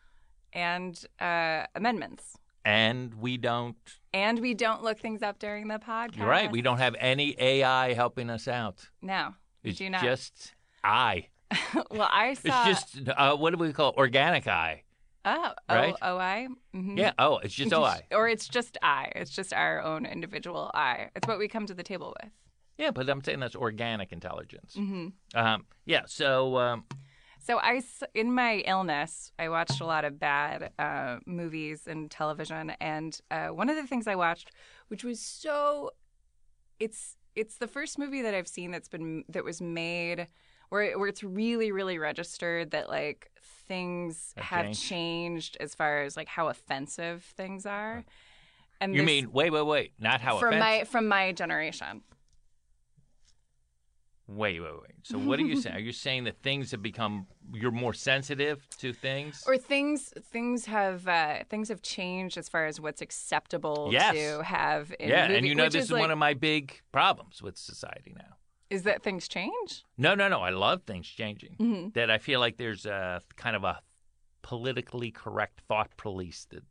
[SPEAKER 5] and uh, amendments.
[SPEAKER 6] and we don't
[SPEAKER 5] And we don't look things up during the podcast.
[SPEAKER 6] You're right. We don't have any AI helping us out.
[SPEAKER 5] No, we
[SPEAKER 6] It's
[SPEAKER 5] do not.
[SPEAKER 6] just I.
[SPEAKER 5] well, I
[SPEAKER 6] It's
[SPEAKER 5] saw.
[SPEAKER 6] just uh, what do we call it? organic I?
[SPEAKER 5] oh,
[SPEAKER 6] right?
[SPEAKER 5] oh, I. Mm-hmm.
[SPEAKER 6] Yeah. Oh, it's just OI.
[SPEAKER 5] or it's just I. It's just our own individual I. It's what we come to the table with.
[SPEAKER 6] Yeah, but I'm saying that's organic intelligence.
[SPEAKER 5] Mm-hmm.
[SPEAKER 6] Um, yeah. So um,
[SPEAKER 5] So I, s- in my illness, I watched a lot of bad uh, movies and television, and uh, one of the things I watched, which was so, it's it's the first movie that I've seen that's been that was made where where it's really really registered that like things
[SPEAKER 6] Have
[SPEAKER 5] have
[SPEAKER 6] changed.
[SPEAKER 5] changed as far as like how offensive things are. And
[SPEAKER 6] You
[SPEAKER 5] this-
[SPEAKER 6] mean wait, wait, wait? Not how
[SPEAKER 5] from
[SPEAKER 6] offensive.
[SPEAKER 5] my from my generation?
[SPEAKER 6] Wait, wait, wait. So what are you saying? Are you saying that things have become you're more sensitive to things?
[SPEAKER 5] or things things have uh, things have changed as far as what's acceptable
[SPEAKER 6] Yes.
[SPEAKER 5] to have in
[SPEAKER 6] yeah,
[SPEAKER 5] a movie,
[SPEAKER 6] and you know
[SPEAKER 5] which
[SPEAKER 6] this
[SPEAKER 5] is,
[SPEAKER 6] is
[SPEAKER 5] like,
[SPEAKER 6] one of my big problems with society now.
[SPEAKER 5] is that things change
[SPEAKER 6] No, no, no. I love things changing.
[SPEAKER 5] Mm-hmm.
[SPEAKER 6] That I feel like there's a kind of a politically correct thought police that's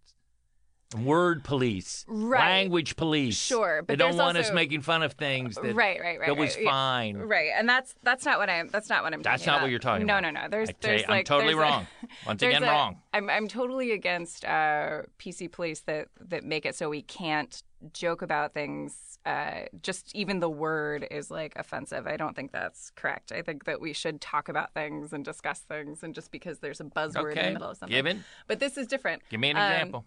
[SPEAKER 6] word police,
[SPEAKER 5] Right.
[SPEAKER 6] language police.
[SPEAKER 5] Sure, but
[SPEAKER 6] they don't
[SPEAKER 5] there's
[SPEAKER 6] want us
[SPEAKER 5] also- Uh,
[SPEAKER 6] making fun of things. That,
[SPEAKER 5] Right, right, right,
[SPEAKER 6] That was
[SPEAKER 5] right, yeah.
[SPEAKER 6] fine.
[SPEAKER 5] right and that's that's not what i'm that's not what i'm
[SPEAKER 6] That's
[SPEAKER 5] talking
[SPEAKER 6] not
[SPEAKER 5] about.
[SPEAKER 6] what you're talking
[SPEAKER 5] no,
[SPEAKER 6] about.
[SPEAKER 5] no no no there's
[SPEAKER 6] I tell you,
[SPEAKER 5] there's
[SPEAKER 6] I'm
[SPEAKER 5] like
[SPEAKER 6] totally
[SPEAKER 5] there's a-
[SPEAKER 6] wrong. Once
[SPEAKER 5] there's
[SPEAKER 6] again,
[SPEAKER 5] a-
[SPEAKER 6] wrong.
[SPEAKER 5] i'm i'm totally against uh pc police that that make it so we can't joke about things uh just even the word is like offensive i don't think that's correct i think that we should talk about things and discuss things and just because there's a buzzword in
[SPEAKER 6] Okay,
[SPEAKER 5] the middle of something
[SPEAKER 6] given.
[SPEAKER 5] but this is different
[SPEAKER 6] Give me an
[SPEAKER 5] Um,
[SPEAKER 6] example.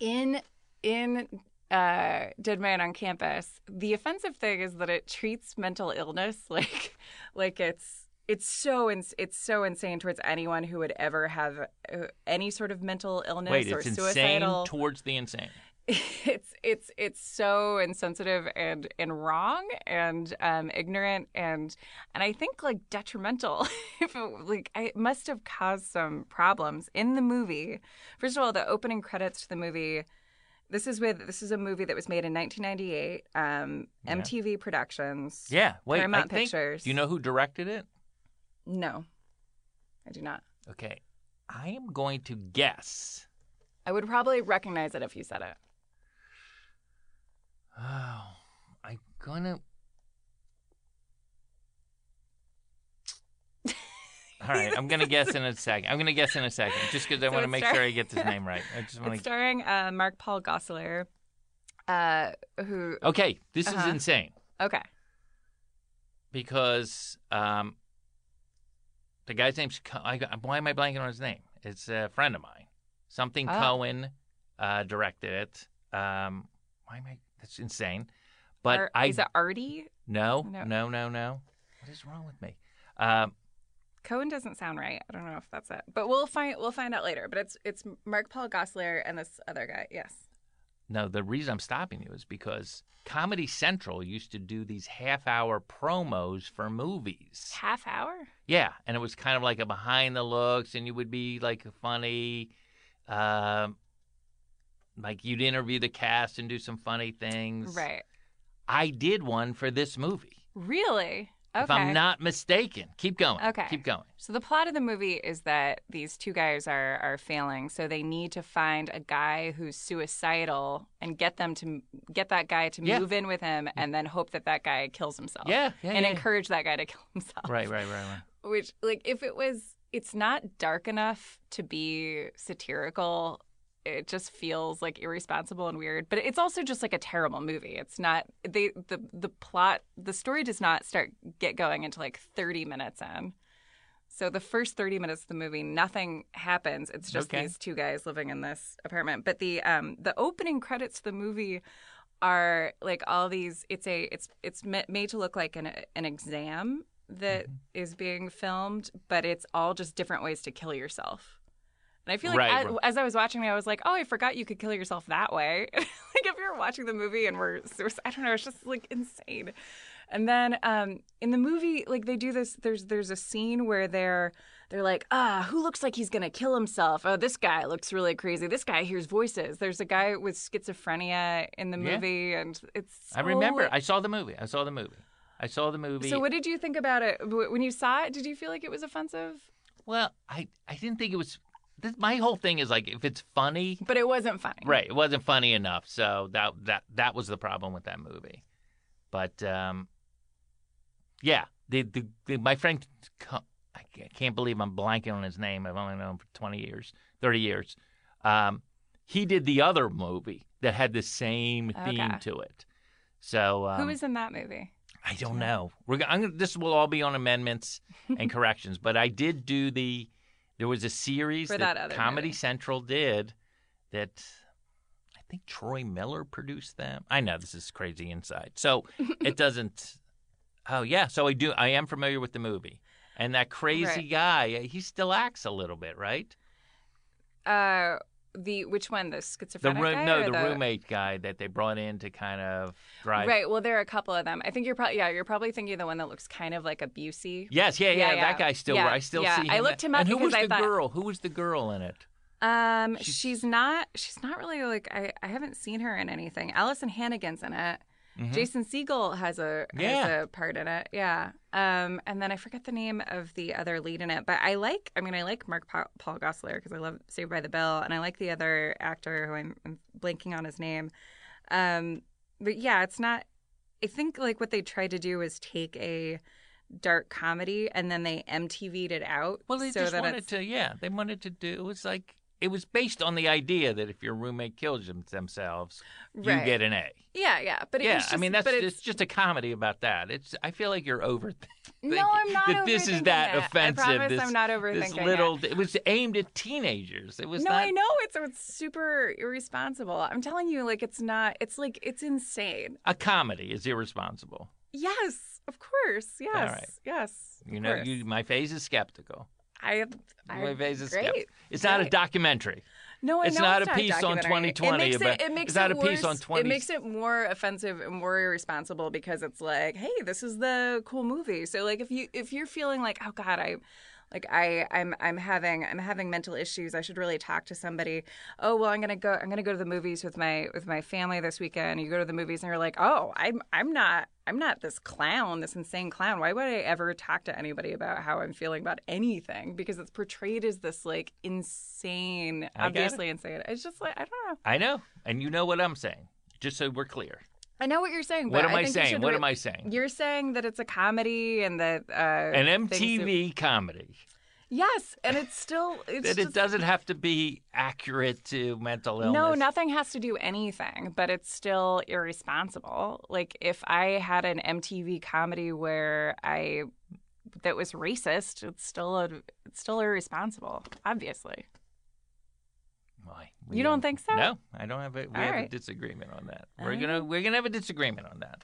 [SPEAKER 5] in in uh, Dead Man on Campus, the offensive thing is that it treats mental illness like like it's it's so ins- it's so insane towards anyone who would ever have uh, any sort of mental illness
[SPEAKER 6] Wait,
[SPEAKER 5] or
[SPEAKER 6] it's
[SPEAKER 5] suicidal.
[SPEAKER 6] insane towards the insane.
[SPEAKER 5] it's it's it's so insensitive and and wrong and um, ignorant and and I think like detrimental. if it, like I it must have caused some problems in the movie. First of all, the opening credits to the movie. This is with this is a movie that was made in 1998. Um, MTV Productions.
[SPEAKER 6] Yeah, wait.
[SPEAKER 5] Paramount
[SPEAKER 6] I think,
[SPEAKER 5] Pictures.
[SPEAKER 6] Do you know who directed it?
[SPEAKER 5] No, I do not.
[SPEAKER 6] Okay, I am going to guess.
[SPEAKER 5] I would probably recognize it if you said it.
[SPEAKER 6] Oh, I'm gonna. All right, I'm gonna guess in a second. I'm gonna guess in a second, just because I
[SPEAKER 5] So
[SPEAKER 6] want to
[SPEAKER 5] it's
[SPEAKER 6] make
[SPEAKER 5] Star-
[SPEAKER 6] sure I get this name right. I just want
[SPEAKER 5] It's
[SPEAKER 6] to.
[SPEAKER 5] starring uh, Mark Paul Gosselaar, uh, who
[SPEAKER 6] Okay, this is
[SPEAKER 5] Uh-huh.
[SPEAKER 6] insane
[SPEAKER 5] okay.
[SPEAKER 6] because um, the guy's name's. Co- I, got- why am I blanking on his name? It's a friend of mine. Something
[SPEAKER 5] Oh.
[SPEAKER 6] Cohen uh, directed it. Um, why am I? That's insane. But
[SPEAKER 5] Ar-
[SPEAKER 6] I
[SPEAKER 5] is it Artie?
[SPEAKER 6] no,
[SPEAKER 5] No.
[SPEAKER 6] no, no, no, What is wrong with me? Um,
[SPEAKER 5] Cohen doesn't sound right. I don't know if that's it, but we'll find we'll find out later. But it's it's Mark Paul Gosselaar and this other guy. Yes.
[SPEAKER 6] No, the reason I'm stopping you is because Comedy Central used to do these half hour promos for movies.
[SPEAKER 5] Half hour.
[SPEAKER 6] Yeah, and it was kind of like a behind the looks, and you would be like funny. Um, like you'd interview the cast and do some funny things.
[SPEAKER 5] Right.
[SPEAKER 6] I did one for this movie,
[SPEAKER 5] Really. Okay.
[SPEAKER 6] if I'm not mistaken. Keep going.
[SPEAKER 5] Okay.
[SPEAKER 6] Keep going.
[SPEAKER 5] So the plot of the movie is that these two guys are are failing, so they need to find a guy who's suicidal and get them to get that guy to
[SPEAKER 6] Yeah.
[SPEAKER 5] move in with him, and then hope that that guy kills himself.
[SPEAKER 6] Yeah, yeah,
[SPEAKER 5] Oh, and
[SPEAKER 6] yeah.
[SPEAKER 5] encourage that guy to kill himself.
[SPEAKER 6] Right, right, right, right.
[SPEAKER 5] which like if it was it's not dark enough to be satirical it just feels like irresponsible and weird but it's also just like a terrible movie it's not they the the plot the story does not start get going until like 30 minutes in so the first 30 minutes of the movie nothing happens it's just
[SPEAKER 6] Okay.
[SPEAKER 5] these two guys living in this apartment but the um the opening credits to the movie are like all these it's a it's it's ma- made to look like an an exam that
[SPEAKER 6] Mm-hmm.
[SPEAKER 5] is being filmed but it's all just different ways to kill yourself and i feel like
[SPEAKER 6] Right,
[SPEAKER 5] a-
[SPEAKER 6] right.
[SPEAKER 5] as i was watching it i was like oh i forgot you could kill yourself that way like if you're watching the movie and we're suic- i don't know it's just like insane and then um, in the movie, like they do this. There's there's a scene where they're they're like, ah, who looks like he's gonna kill himself? Oh, this guy looks really crazy. This guy hears voices. There's a guy with schizophrenia in the
[SPEAKER 6] Yeah.
[SPEAKER 5] movie, and it's.
[SPEAKER 6] I remember.
[SPEAKER 5] so-
[SPEAKER 6] I saw the movie. I saw the movie. I saw the movie.
[SPEAKER 5] So what did you think about it W- when you saw it? Did you feel like it was offensive?
[SPEAKER 6] Well, I, I didn't think it was. This, my whole thing is like if it's funny,
[SPEAKER 5] But it wasn't funny.
[SPEAKER 6] right? It wasn't funny enough, so that that that was the problem with that movie. But um, yeah, the, the, the my friend, Co- I ca- I can't believe I'm blanking on his name. I've only known him for twenty years, thirty years. Um, he did the other movie that had the same theme
[SPEAKER 5] Okay.
[SPEAKER 6] to it. So um,
[SPEAKER 5] Who was in that movie?
[SPEAKER 6] I don't know. We're go- I'm gonna, this will all be on amendments and corrections, but I did do the. There was a series
[SPEAKER 5] For that
[SPEAKER 6] that,
[SPEAKER 5] other
[SPEAKER 6] Comedy
[SPEAKER 5] movie.
[SPEAKER 6] Central did that. I think Troy Miller produced them. I know this is crazy inside, so it doesn't. Oh yeah, so I do. I am familiar with the movie. And that crazy
[SPEAKER 5] Right.
[SPEAKER 6] guy, uh, he still acts a little bit, right?
[SPEAKER 5] Uh, the which one? The
[SPEAKER 6] The
[SPEAKER 5] schizophrenic guy
[SPEAKER 6] room, no,
[SPEAKER 5] or
[SPEAKER 6] the,
[SPEAKER 5] the
[SPEAKER 6] roommate guy that they brought in to kind of drive.
[SPEAKER 5] Right. Well, there are a couple of them. I think you're probably yeah. You're probably thinking of the one that looks kind of like a Busey.
[SPEAKER 6] Yes, yeah, yeah,
[SPEAKER 5] Yeah, yeah.
[SPEAKER 6] That guy still,
[SPEAKER 5] Yeah,
[SPEAKER 6] I still
[SPEAKER 5] yeah.
[SPEAKER 6] see him.
[SPEAKER 5] I looked him up
[SPEAKER 6] And who
[SPEAKER 5] because
[SPEAKER 6] was
[SPEAKER 5] I
[SPEAKER 6] the
[SPEAKER 5] thought-
[SPEAKER 6] girl? Who was the girl in it?
[SPEAKER 5] Um,
[SPEAKER 6] She's-
[SPEAKER 5] she's, not. She's not really like I. I haven't seen her in anything. Allison Hannigan's in it. Jason Siegel has a
[SPEAKER 6] Mm-hmm. Yeah.
[SPEAKER 5] has a part in it. Yeah. Um, and then I forget the name of the other lead in it, but I like. I mean, I like Mark pa- Paul Gosselaar because I love Saved by the Bell, and I like the other actor who I'm, I'm blanking on his name. Um, but yeah, it's not. I think like what they tried to do was take a dark comedy and then they MTV'd it out.
[SPEAKER 6] Well, they
[SPEAKER 5] so
[SPEAKER 6] just
[SPEAKER 5] that
[SPEAKER 6] wanted
[SPEAKER 5] it's-
[SPEAKER 6] to, yeah, they wanted to do. It was like it was based on the idea that if your roommate kills them, themselves, you
[SPEAKER 5] Right.
[SPEAKER 6] get an A.
[SPEAKER 5] Yeah, yeah, but it
[SPEAKER 6] yeah,
[SPEAKER 5] was just,
[SPEAKER 6] I mean that's
[SPEAKER 5] but
[SPEAKER 6] it's just a comedy about that. It's I feel like you're overthinking.
[SPEAKER 5] No, I'm not
[SPEAKER 6] That this is
[SPEAKER 5] overthinking
[SPEAKER 6] that
[SPEAKER 5] it. I
[SPEAKER 6] offensive.
[SPEAKER 5] promise
[SPEAKER 6] this,
[SPEAKER 5] I'm not
[SPEAKER 6] This
[SPEAKER 5] overthinking it.
[SPEAKER 6] little. It. was aimed at teenagers. It was
[SPEAKER 5] no,
[SPEAKER 6] not.
[SPEAKER 5] I know it's it's super irresponsible. I'm telling you, like it's not. It's like it's insane.
[SPEAKER 6] A comedy is irresponsible.
[SPEAKER 5] Yes, of course. Yes,
[SPEAKER 6] right.
[SPEAKER 5] yes.
[SPEAKER 6] You
[SPEAKER 5] of
[SPEAKER 6] know,
[SPEAKER 5] course.
[SPEAKER 6] you, my phase is skeptical.
[SPEAKER 5] I, I
[SPEAKER 6] My phase is
[SPEAKER 5] great.
[SPEAKER 6] skeptical. It's not a
[SPEAKER 5] great.
[SPEAKER 6] documentary.
[SPEAKER 5] No, I
[SPEAKER 6] It's
[SPEAKER 5] know
[SPEAKER 6] not a
[SPEAKER 5] it's
[SPEAKER 6] piece on
[SPEAKER 5] documentary.
[SPEAKER 6] 2020
[SPEAKER 5] It makes
[SPEAKER 6] about-
[SPEAKER 5] it, it makes
[SPEAKER 6] it's not
[SPEAKER 5] it
[SPEAKER 6] a piece on
[SPEAKER 5] worse-
[SPEAKER 6] 20
[SPEAKER 5] It makes it more offensive and more irresponsible because it's like, hey, this is the cool movie. So like, if you if you're feeling like, oh God, I. Like I, I'm, I'm having, I'm having mental issues. I should really talk to somebody. Oh well, I'm gonna go. I'm gonna go to the movies with my, with my family this weekend. You go to the movies and you're like, oh, I'm, I'm not, I'm not this clown, this insane clown. Why would I ever talk to anybody about how I'm feeling about anything? Because it's portrayed as this like insane,
[SPEAKER 6] I get it.
[SPEAKER 5] obviously insane. It's just like I don't know.
[SPEAKER 6] I know, and you know what I'm saying. Just so we're clear.
[SPEAKER 5] I know what you're saying.
[SPEAKER 6] What
[SPEAKER 5] but
[SPEAKER 6] am I
[SPEAKER 5] think you
[SPEAKER 6] saying?
[SPEAKER 5] should
[SPEAKER 6] What
[SPEAKER 5] re-
[SPEAKER 6] am I saying?
[SPEAKER 5] You're saying that it's a comedy and that uh,
[SPEAKER 6] An
[SPEAKER 5] things
[SPEAKER 6] MTV comedy.
[SPEAKER 5] that- yes, and it's still it's
[SPEAKER 6] That
[SPEAKER 5] just,
[SPEAKER 6] it doesn't have to be accurate to mental illness.
[SPEAKER 5] No, nothing has to do anything, but it's still irresponsible. Like if I had an MTV comedy where I that was racist, it's still a, it's still irresponsible. Obviously,
[SPEAKER 6] Why?
[SPEAKER 5] You don't think so?
[SPEAKER 6] No, I don't have a. We
[SPEAKER 5] All
[SPEAKER 6] have a
[SPEAKER 5] right.
[SPEAKER 6] disagreement on that. We're gonna we're gonna have a disagreement on that.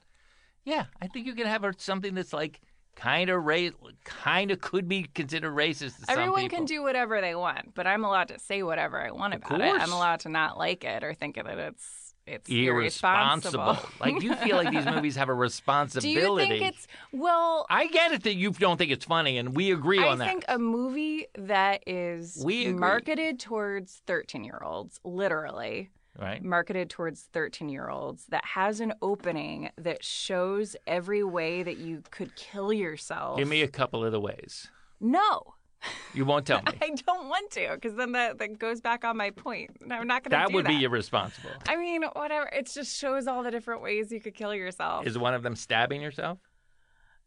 [SPEAKER 6] Yeah, I think you can have a, something that's like kind of ra- kind of could be considered racist. To some
[SPEAKER 5] everyone
[SPEAKER 6] people.
[SPEAKER 5] can do whatever they want, but I'm allowed to say whatever I want
[SPEAKER 6] Of
[SPEAKER 5] about it.
[SPEAKER 6] course.
[SPEAKER 5] I'm allowed to not like it or think that it's it's
[SPEAKER 6] irresponsible. like you feel like these movies have a
[SPEAKER 5] Do
[SPEAKER 6] responsibility.
[SPEAKER 5] you think it's well?
[SPEAKER 6] I get it that you don't think it's funny, and we agree
[SPEAKER 5] I
[SPEAKER 6] on that.
[SPEAKER 5] think a movie that is
[SPEAKER 6] We agree.
[SPEAKER 5] marketed towards 13 year olds, literally
[SPEAKER 6] right?
[SPEAKER 5] marketed towards 13 year olds, that has an opening that shows every way that you could kill yourself.
[SPEAKER 6] Give me a couple of the ways.
[SPEAKER 5] no,
[SPEAKER 6] You won't tell me.
[SPEAKER 5] I don't want to, because then that, that goes back on my point. And I'm not going to
[SPEAKER 6] that
[SPEAKER 5] do
[SPEAKER 6] would
[SPEAKER 5] that.
[SPEAKER 6] be irresponsible.
[SPEAKER 5] I mean, whatever. It just shows all the different ways you could kill yourself.
[SPEAKER 6] Is one of them stabbing yourself?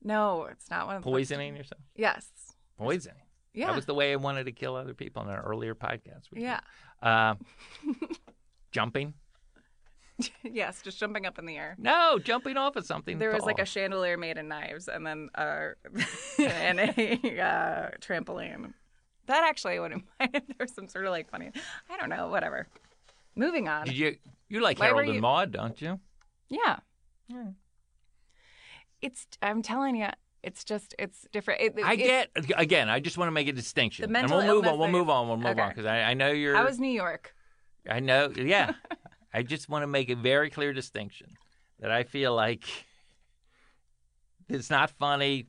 [SPEAKER 5] no, it's not one of the-
[SPEAKER 6] Poisoning yourself?
[SPEAKER 5] Yes.
[SPEAKER 6] Poisoning.
[SPEAKER 5] Yeah.
[SPEAKER 6] That was the way I wanted to kill other people in our earlier podcast. we did.
[SPEAKER 5] yeah.
[SPEAKER 6] Uh, jumping?
[SPEAKER 5] yes. Just jumping up in the air.
[SPEAKER 6] No, jumping off of something.
[SPEAKER 5] There was like
[SPEAKER 6] tall.
[SPEAKER 5] a chandelier made of knives, and then uh, and a uh, trampoline. That actually I wouldn't mind. There was some sort of like funny. I don't know. Whatever. Moving on.
[SPEAKER 6] Did you? You like
[SPEAKER 5] Why were
[SPEAKER 6] Harold and
[SPEAKER 5] you-
[SPEAKER 6] Maude, don't you?
[SPEAKER 5] Yeah. It's. I'm telling you, it's just. It's different. It,
[SPEAKER 6] I
[SPEAKER 5] it-
[SPEAKER 6] get again. I just want to make a distinction,
[SPEAKER 5] The mental
[SPEAKER 6] and we'll move on.
[SPEAKER 5] illness
[SPEAKER 6] We'll
[SPEAKER 5] thing-
[SPEAKER 6] move on. We'll move on
[SPEAKER 5] Okay.
[SPEAKER 6] because I, I know you're.
[SPEAKER 5] I was New York.
[SPEAKER 6] I know. Yeah. I just want to make a very clear distinction that I feel like it's not funny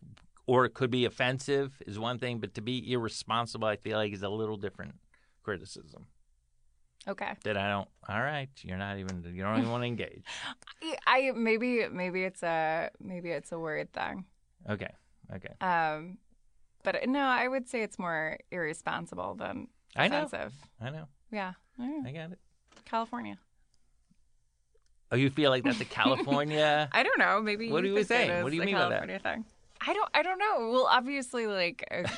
[SPEAKER 6] or it could be offensive is one thing, but to be irresponsible, I feel like is a little different criticism
[SPEAKER 5] Okay.
[SPEAKER 6] that I don't. All right, you're not even. You don't even want to engage.
[SPEAKER 5] I maybe maybe it's a maybe it's a word thing.
[SPEAKER 6] Okay. Okay.
[SPEAKER 5] Um, but no, I would say it's more irresponsible than
[SPEAKER 6] I know.
[SPEAKER 5] offensive.
[SPEAKER 6] I know.
[SPEAKER 5] Yeah. Mm,
[SPEAKER 6] I got it.
[SPEAKER 5] California.
[SPEAKER 6] Oh, you feel like that's a California?
[SPEAKER 5] I don't know. Maybe
[SPEAKER 6] What
[SPEAKER 5] you
[SPEAKER 6] do you
[SPEAKER 5] could say
[SPEAKER 6] think?
[SPEAKER 5] it
[SPEAKER 6] What
[SPEAKER 5] is
[SPEAKER 6] do you
[SPEAKER 5] the
[SPEAKER 6] mean by that?
[SPEAKER 5] California thing. I don't. I don't know. Well, obviously, like uh,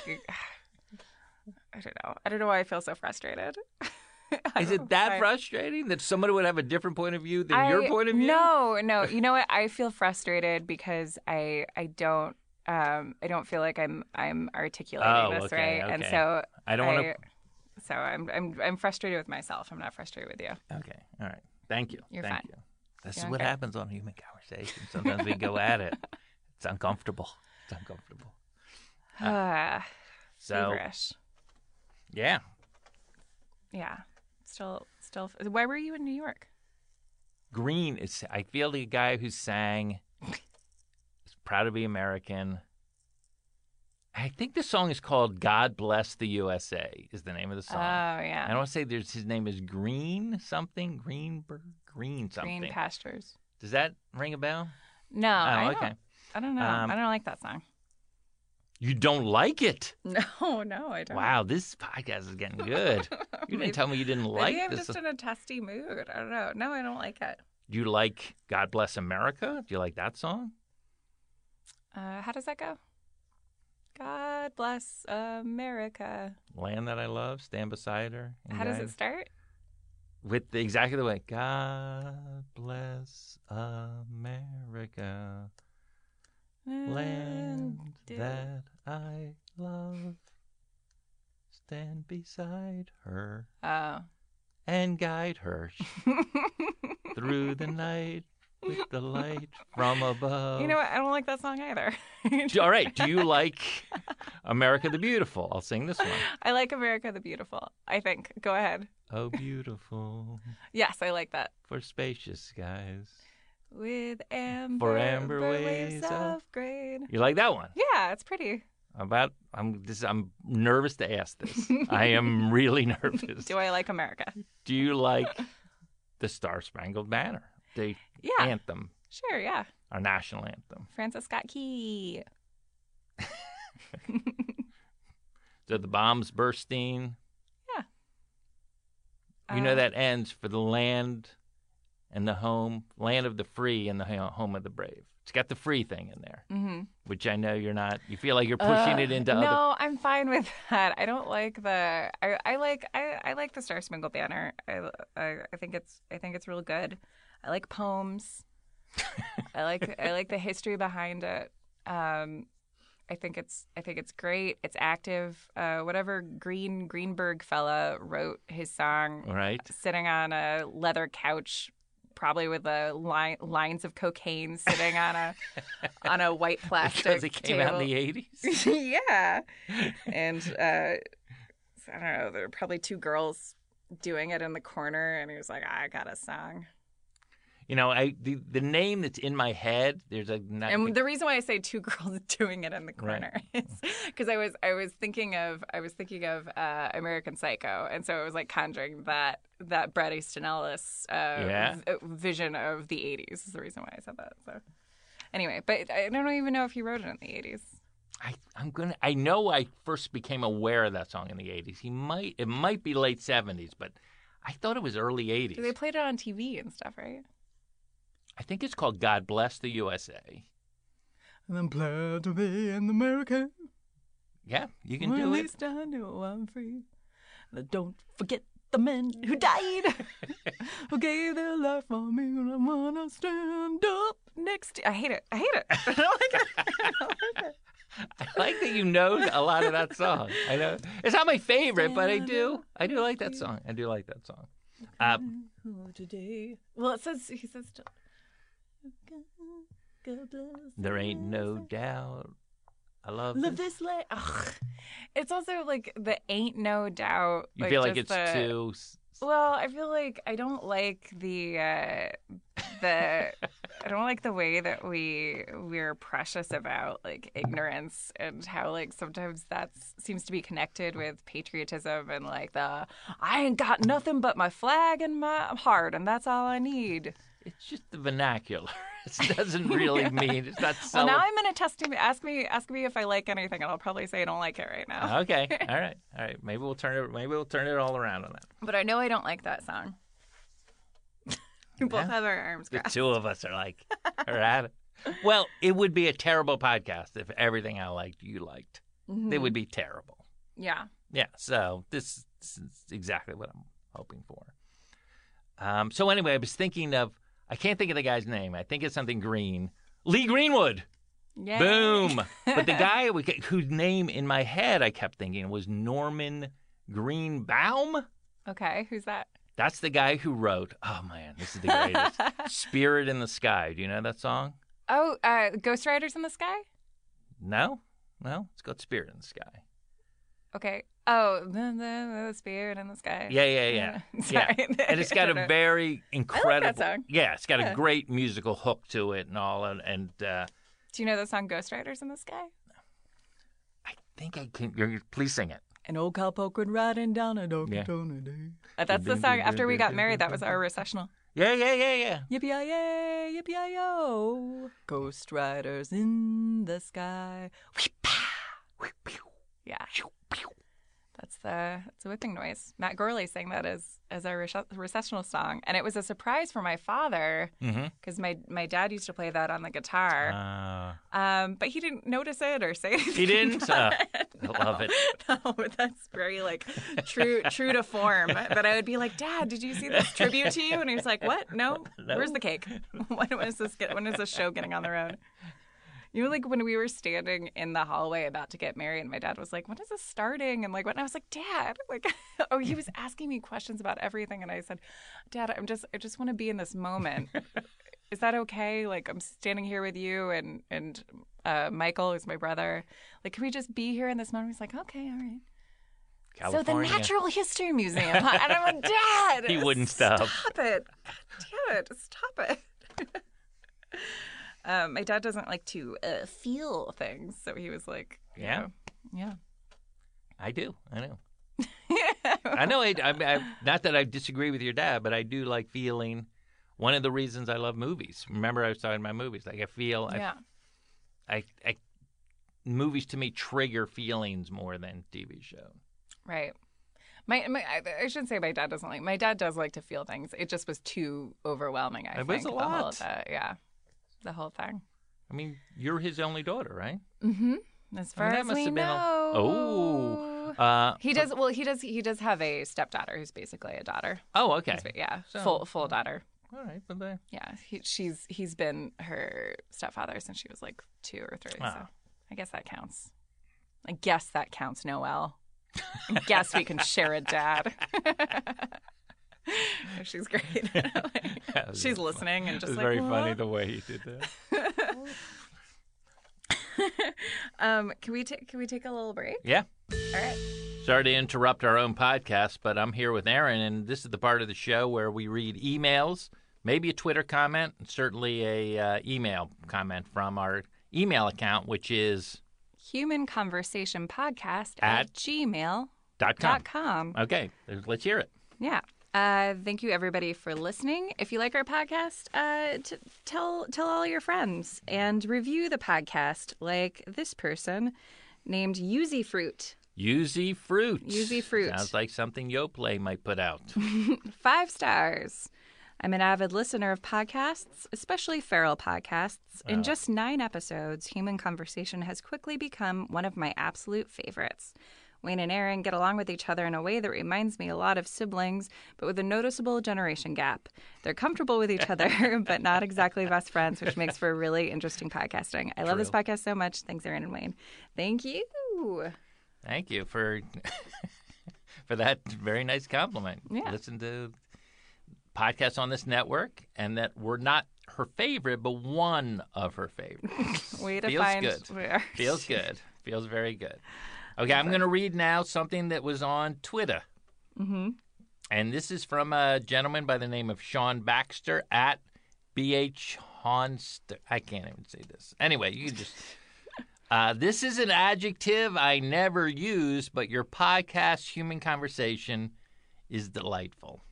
[SPEAKER 5] I don't know. I don't know why I feel so frustrated. I
[SPEAKER 6] Is
[SPEAKER 5] don't know
[SPEAKER 6] it that
[SPEAKER 5] why.
[SPEAKER 6] frustrating that somebody would have a different point of view than your
[SPEAKER 5] I-
[SPEAKER 6] point of view?
[SPEAKER 5] No, no. You know what? I feel frustrated because I I don't um I don't feel like I'm I'm articulating
[SPEAKER 6] Oh,
[SPEAKER 5] this
[SPEAKER 6] okay,
[SPEAKER 5] right, and
[SPEAKER 6] okay.
[SPEAKER 5] so
[SPEAKER 6] I don't want to.
[SPEAKER 5] So I'm I'm I'm frustrated with myself. I'm not frustrated with you.
[SPEAKER 6] Okay. All right. Thank you.
[SPEAKER 5] You're
[SPEAKER 6] Thank
[SPEAKER 5] fine.
[SPEAKER 6] you. This is
[SPEAKER 5] You're
[SPEAKER 6] what
[SPEAKER 5] okay.
[SPEAKER 6] happens on human conversation. Sometimes we go at it. It's uncomfortable. It's uncomfortable.
[SPEAKER 5] Ah,
[SPEAKER 6] So
[SPEAKER 5] feverish.
[SPEAKER 6] yeah,
[SPEAKER 5] Yeah. Still, still. Why were you in New York?
[SPEAKER 6] Green is. I feel the guy who sang is proud to be American. I think the song is called "God Bless the USA." Is the name of the
[SPEAKER 5] Oh,
[SPEAKER 6] song. I
[SPEAKER 5] yeah.
[SPEAKER 6] don't say there's his name is Green something Greenberg Green something.
[SPEAKER 5] Green pastures.
[SPEAKER 6] Does that ring a bell?
[SPEAKER 5] No, Oh, I
[SPEAKER 6] Oh, okay.
[SPEAKER 5] don't. I don't know.
[SPEAKER 6] Um,
[SPEAKER 5] I don't like that song.
[SPEAKER 6] You don't like it.
[SPEAKER 5] No, no, I don't.
[SPEAKER 6] Wow, this podcast is getting good. You
[SPEAKER 5] Maybe-
[SPEAKER 6] didn't tell me you didn't like
[SPEAKER 5] Maybe I'm
[SPEAKER 6] this.
[SPEAKER 5] just in a testy mood. I don't know. No, I don't like it.
[SPEAKER 6] Do you like God Bless America? Do you like that song?
[SPEAKER 5] Uh, how does that go? God bless America.
[SPEAKER 6] Land that I love, stand beside her. and
[SPEAKER 5] How does
[SPEAKER 6] guide-
[SPEAKER 5] it start?
[SPEAKER 6] With the, exactly the way. God bless America, land that I love, stand beside her.
[SPEAKER 5] Oh.
[SPEAKER 6] and guide her through the night with the light from above.
[SPEAKER 5] You know what? I don't like that song either.
[SPEAKER 6] Do- All right. Do you like America the Beautiful? I'll sing this one.
[SPEAKER 5] I like America the Beautiful, I think. Go ahead.
[SPEAKER 6] Oh, beautiful
[SPEAKER 5] Yes, I like that.
[SPEAKER 6] for spacious skies.
[SPEAKER 5] With amber,
[SPEAKER 6] amber uh,
[SPEAKER 5] waves
[SPEAKER 6] ways
[SPEAKER 5] of,
[SPEAKER 6] of-
[SPEAKER 5] green.
[SPEAKER 6] You like that one?
[SPEAKER 5] Yeah, it's pretty.
[SPEAKER 6] About I'm this I'm nervous to ask this. I am really nervous.
[SPEAKER 5] Do I like America?
[SPEAKER 6] Do you like the Star Spangled Banner? The
[SPEAKER 5] Yeah,
[SPEAKER 6] anthem,
[SPEAKER 5] sure, yeah.
[SPEAKER 6] our national anthem.
[SPEAKER 5] Francis Scott Key.
[SPEAKER 6] So the bombs bursting.
[SPEAKER 5] Yeah.
[SPEAKER 6] You know
[SPEAKER 5] Uh,
[SPEAKER 6] that ends for the land and the home, land of the free and the ho- home of the brave. It's got the free thing in there,
[SPEAKER 5] Mm-hmm.
[SPEAKER 6] which I know you're not. You feel like you're
[SPEAKER 5] Uh,
[SPEAKER 6] pushing it into
[SPEAKER 5] no,
[SPEAKER 6] other.
[SPEAKER 5] I'm fine with that. I don't like the. I, I like. I, I like the Star Spangled Banner. I, I I think it's. I think it's real good. I like poems. I like. I like the history behind it. Um, I think it's. I think it's great. It's active. Uh, whatever Green Greenberg fella wrote his song,
[SPEAKER 6] All right.
[SPEAKER 5] sitting on a leather couch, probably with a line, lines of cocaine sitting on a on a white plastic
[SPEAKER 6] Because it came
[SPEAKER 5] table.
[SPEAKER 6] out in the 80s.
[SPEAKER 5] yeah. And uh, so I don't know, there were probably two girls doing it in the corner, and he was like, I got a song.
[SPEAKER 6] You know, I the, the name that's in my head, there's a. Not,
[SPEAKER 5] And the reason why I say two girls doing it in the corner is because I was I was thinking of I was thinking of uh, American Psycho, and so it was like conjuring that that Brad Easton Ellis uh,
[SPEAKER 6] Yeah.
[SPEAKER 5] v- vision of the '80s is the reason why I said that. So anyway, but I don't even know if he wrote it in the '80s.
[SPEAKER 6] I, I'm gonna. I know I first became aware of that song in the 80s. He might. It might be late 70s, but I thought it was early 80s.
[SPEAKER 5] 'Cause They played it on TV and stuff, right?
[SPEAKER 6] I think it's called God Bless the USA.
[SPEAKER 5] And I'm proud to be an American.
[SPEAKER 6] Yeah, you can
[SPEAKER 5] Well,
[SPEAKER 6] do
[SPEAKER 5] at
[SPEAKER 6] it.
[SPEAKER 5] least I know I'm free. And don't forget the men who died, who gave their life for me. And I wanna stand up next. to- I hate it. I hate it. I don't like it. I don't like it.
[SPEAKER 6] I like that you know a lot of that song. I know it's not my favorite, but I do. I do like that song. I do like that song. Uh,
[SPEAKER 5] Oh, today. Well, it says he says. to- God bless
[SPEAKER 6] there ain't no doubt. I love,
[SPEAKER 5] Live
[SPEAKER 6] this.
[SPEAKER 5] this life. Ugh. It's also like the ain't no doubt.
[SPEAKER 6] You feel like
[SPEAKER 5] just
[SPEAKER 6] it's
[SPEAKER 5] the-
[SPEAKER 6] too. s-
[SPEAKER 5] Well, I feel like I don't like the uh, the I don't like the way that we we're precious about like ignorance and how like sometimes that seems to be connected with patriotism and like the I ain't got nothing but my flag and my heart and that's all I need.
[SPEAKER 6] It's just the vernacular. It doesn't really mean it's not.
[SPEAKER 5] Well,
[SPEAKER 6] Cele-
[SPEAKER 5] now I'm in a testing. Ask me, ask me if I like anything, and I'll probably say I don't like it right now.
[SPEAKER 6] okay. All right. All right. Maybe we'll turn it. Maybe we'll turn it all around on that.
[SPEAKER 5] But I know I don't like that song. we both
[SPEAKER 6] Yeah.
[SPEAKER 5] have our arms
[SPEAKER 6] The
[SPEAKER 5] crossed.
[SPEAKER 6] two of us are like, are at it. Well, it would be a terrible podcast if everything I liked you liked.
[SPEAKER 5] Mm-hmm.
[SPEAKER 6] It would be terrible.
[SPEAKER 5] Yeah.
[SPEAKER 6] Yeah, so this, this is exactly what I'm hoping for. Um, so anyway, I was thinking of I can't think of the guy's name. I think it's something Green, Lee Greenwood.
[SPEAKER 5] Yeah.
[SPEAKER 6] Boom! but the guy we get- whose name in my head I kept thinking was Norman Greenbaum.
[SPEAKER 5] Okay, who's that?
[SPEAKER 6] That's the guy who wrote. Oh man, this is the greatest. Spirit in the Sky. Do you know that song?
[SPEAKER 5] Oh, uh, Ghost Riders in the Sky?
[SPEAKER 6] No. Well, it's got spirit in the sky.
[SPEAKER 5] Okay. Oh, the, the, the spirit in the sky.
[SPEAKER 6] Yeah, yeah, yeah.
[SPEAKER 5] Sorry.
[SPEAKER 6] Yeah. And it's got
[SPEAKER 5] I don't
[SPEAKER 6] a
[SPEAKER 5] know.
[SPEAKER 6] very incredible.
[SPEAKER 5] song.
[SPEAKER 6] Yeah, it's got
[SPEAKER 5] Yeah.
[SPEAKER 6] a great musical hook to it and all. And, and uh,
[SPEAKER 5] Do you know the song Ghost Riders in the Sky?
[SPEAKER 6] I think I can. You're, you're- please sing it.
[SPEAKER 5] An old cowpoke would riding down a dog
[SPEAKER 6] Yeah.
[SPEAKER 5] Uh, That's the song after we got married. That was our recessional.
[SPEAKER 6] Yeah, yeah, yeah, yeah.
[SPEAKER 5] Yippee-yay, yippee-yo. Ghost Riders in the Sky. Yeah. That's the that's a whipping noise. Matt Gorley sang that as as our rece- recessional song, and it was a surprise for my father
[SPEAKER 6] Mm-hmm.
[SPEAKER 5] because my my dad used to play that on the guitar,
[SPEAKER 6] Uh,
[SPEAKER 5] um, but he didn't notice it or say anything.
[SPEAKER 6] he didn't. Uh, I
[SPEAKER 5] No.
[SPEAKER 6] love it.
[SPEAKER 5] No, that's very like true true to form. But I would be like, Dad, did you see this tribute to you? And he was like, What? No. Where's the cake? When was this? Get, when is this show getting on the road? You know, like when we were standing in the hallway about to get married, and my dad was like, "When is this starting?" And like, what? And I was like, "Dad, like, oh, he was asking me questions about everything," and I said, "Dad, I'm just, I just want to be in this moment. is that okay? Like, I'm standing here with you, and and uh, Michael is my brother. Like, can we just be here in this moment?" He's like, "Okay, all right."
[SPEAKER 6] California.
[SPEAKER 5] So the Natural History Museum, huh? and I'm like, Dad,
[SPEAKER 6] He wouldn't stop.
[SPEAKER 5] Stop it, damn it, stop it. um, my dad doesn't like to uh, feel things, so he was like, you
[SPEAKER 6] Yeah.
[SPEAKER 5] know, yeah.
[SPEAKER 6] I do. I know. I know. It, I, I, not that I disagree with your dad, but I do like feeling. One of the reasons I love movies. Remember, I was talking about movies. Like I feel.
[SPEAKER 5] yeah.
[SPEAKER 6] I, I, I, movies to me trigger feelings more than TV show.
[SPEAKER 5] Right. My, my I, I shouldn't say my dad doesn't like. My dad does like to feel things. It just was too overwhelming. I
[SPEAKER 6] It was
[SPEAKER 5] think
[SPEAKER 6] a
[SPEAKER 5] the whole
[SPEAKER 6] lot.
[SPEAKER 5] uh, yeah, the whole thing.
[SPEAKER 6] I mean, you're his only daughter, right?
[SPEAKER 5] Mm-hmm. As far
[SPEAKER 6] I mean,
[SPEAKER 5] as we know.
[SPEAKER 6] a- Oh. Uh,
[SPEAKER 5] He does well. He does. He does have a stepdaughter who's basically a daughter.
[SPEAKER 6] oh, okay.
[SPEAKER 5] But yeah,
[SPEAKER 6] So-
[SPEAKER 5] full full daughter.
[SPEAKER 6] All right, but then.
[SPEAKER 5] Yeah, he, she's he's been her stepfather since she was like two or three. So
[SPEAKER 6] Wow.
[SPEAKER 5] I guess that counts. I guess that counts, Noel. I guess we can share a dad. she's great.
[SPEAKER 6] That was
[SPEAKER 5] she's
[SPEAKER 6] very funny.
[SPEAKER 5] listening and
[SPEAKER 6] It
[SPEAKER 5] just
[SPEAKER 6] was
[SPEAKER 5] like
[SPEAKER 6] very
[SPEAKER 5] "What?"
[SPEAKER 6] funny the way he did that.
[SPEAKER 5] Um, can we take can we take a little break?
[SPEAKER 6] yeah.
[SPEAKER 5] All right.
[SPEAKER 6] Sorry to interrupt our own podcast, but I'm here with Aaron, and this is the part of the show where we read emails, maybe a Twitter comment, and certainly a uh, email comment from our email account, which is
[SPEAKER 5] Human Conversation Podcast
[SPEAKER 6] At-
[SPEAKER 5] at gmail
[SPEAKER 6] dot com.
[SPEAKER 5] dot com.
[SPEAKER 6] Okay, let's hear it.
[SPEAKER 5] Yeah. Uh, thank you, everybody, for listening. If you like our podcast, uh, t- tell tell all your friends and review the podcast. Like this person named Yuzi Fruit,
[SPEAKER 6] Yuzi fruit.
[SPEAKER 5] Yuzu fruit.
[SPEAKER 6] Sounds like something Yoplait might put out.
[SPEAKER 5] five stars. I'm an avid listener of podcasts, especially feral podcasts. In just nine episodes, Human Conversation has quickly become one of my absolute favorites. Wayne and Aaron get along with each other in a way that reminds me a lot of siblings, but with a noticeable generation gap. They're comfortable with each other, but not exactly best friends, which makes for really interesting podcasting. I love this podcast so much. Thanks, Aaron and Wayne. Thank you.
[SPEAKER 6] Thank you for for that very nice compliment.
[SPEAKER 5] Yeah.
[SPEAKER 6] Listen to podcasts on this network, and that were not her favorite, but one of her favorites.
[SPEAKER 5] Way to
[SPEAKER 6] Feels
[SPEAKER 5] find
[SPEAKER 6] good.
[SPEAKER 5] where.
[SPEAKER 6] Feels good. Feels very good. Okay, I'm going to read now something that was on Twitter. Mm-hmm. And this is from a gentleman by the name of Sean Baxter at BH Honster. I can't even say this. Anyway, you just. Uh, this is an adjective I never use, but your podcast, Human Conversation, is delightful.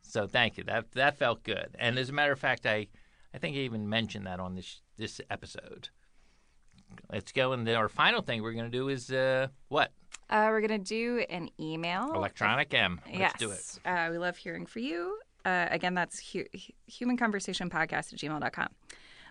[SPEAKER 6] So thank you. That that felt good. And as a matter of fact, I, I think I even mentioned that on this this episode. Let's go. And then our final thing we're going to do is uh, what?
[SPEAKER 5] Uh, we're going to do an email.
[SPEAKER 6] Electronic M. Let's
[SPEAKER 5] Oh, yes.
[SPEAKER 6] do it.
[SPEAKER 5] Uh, we love hearing from you. Uh, again, that's hu- human conversation podcast at gmail.com.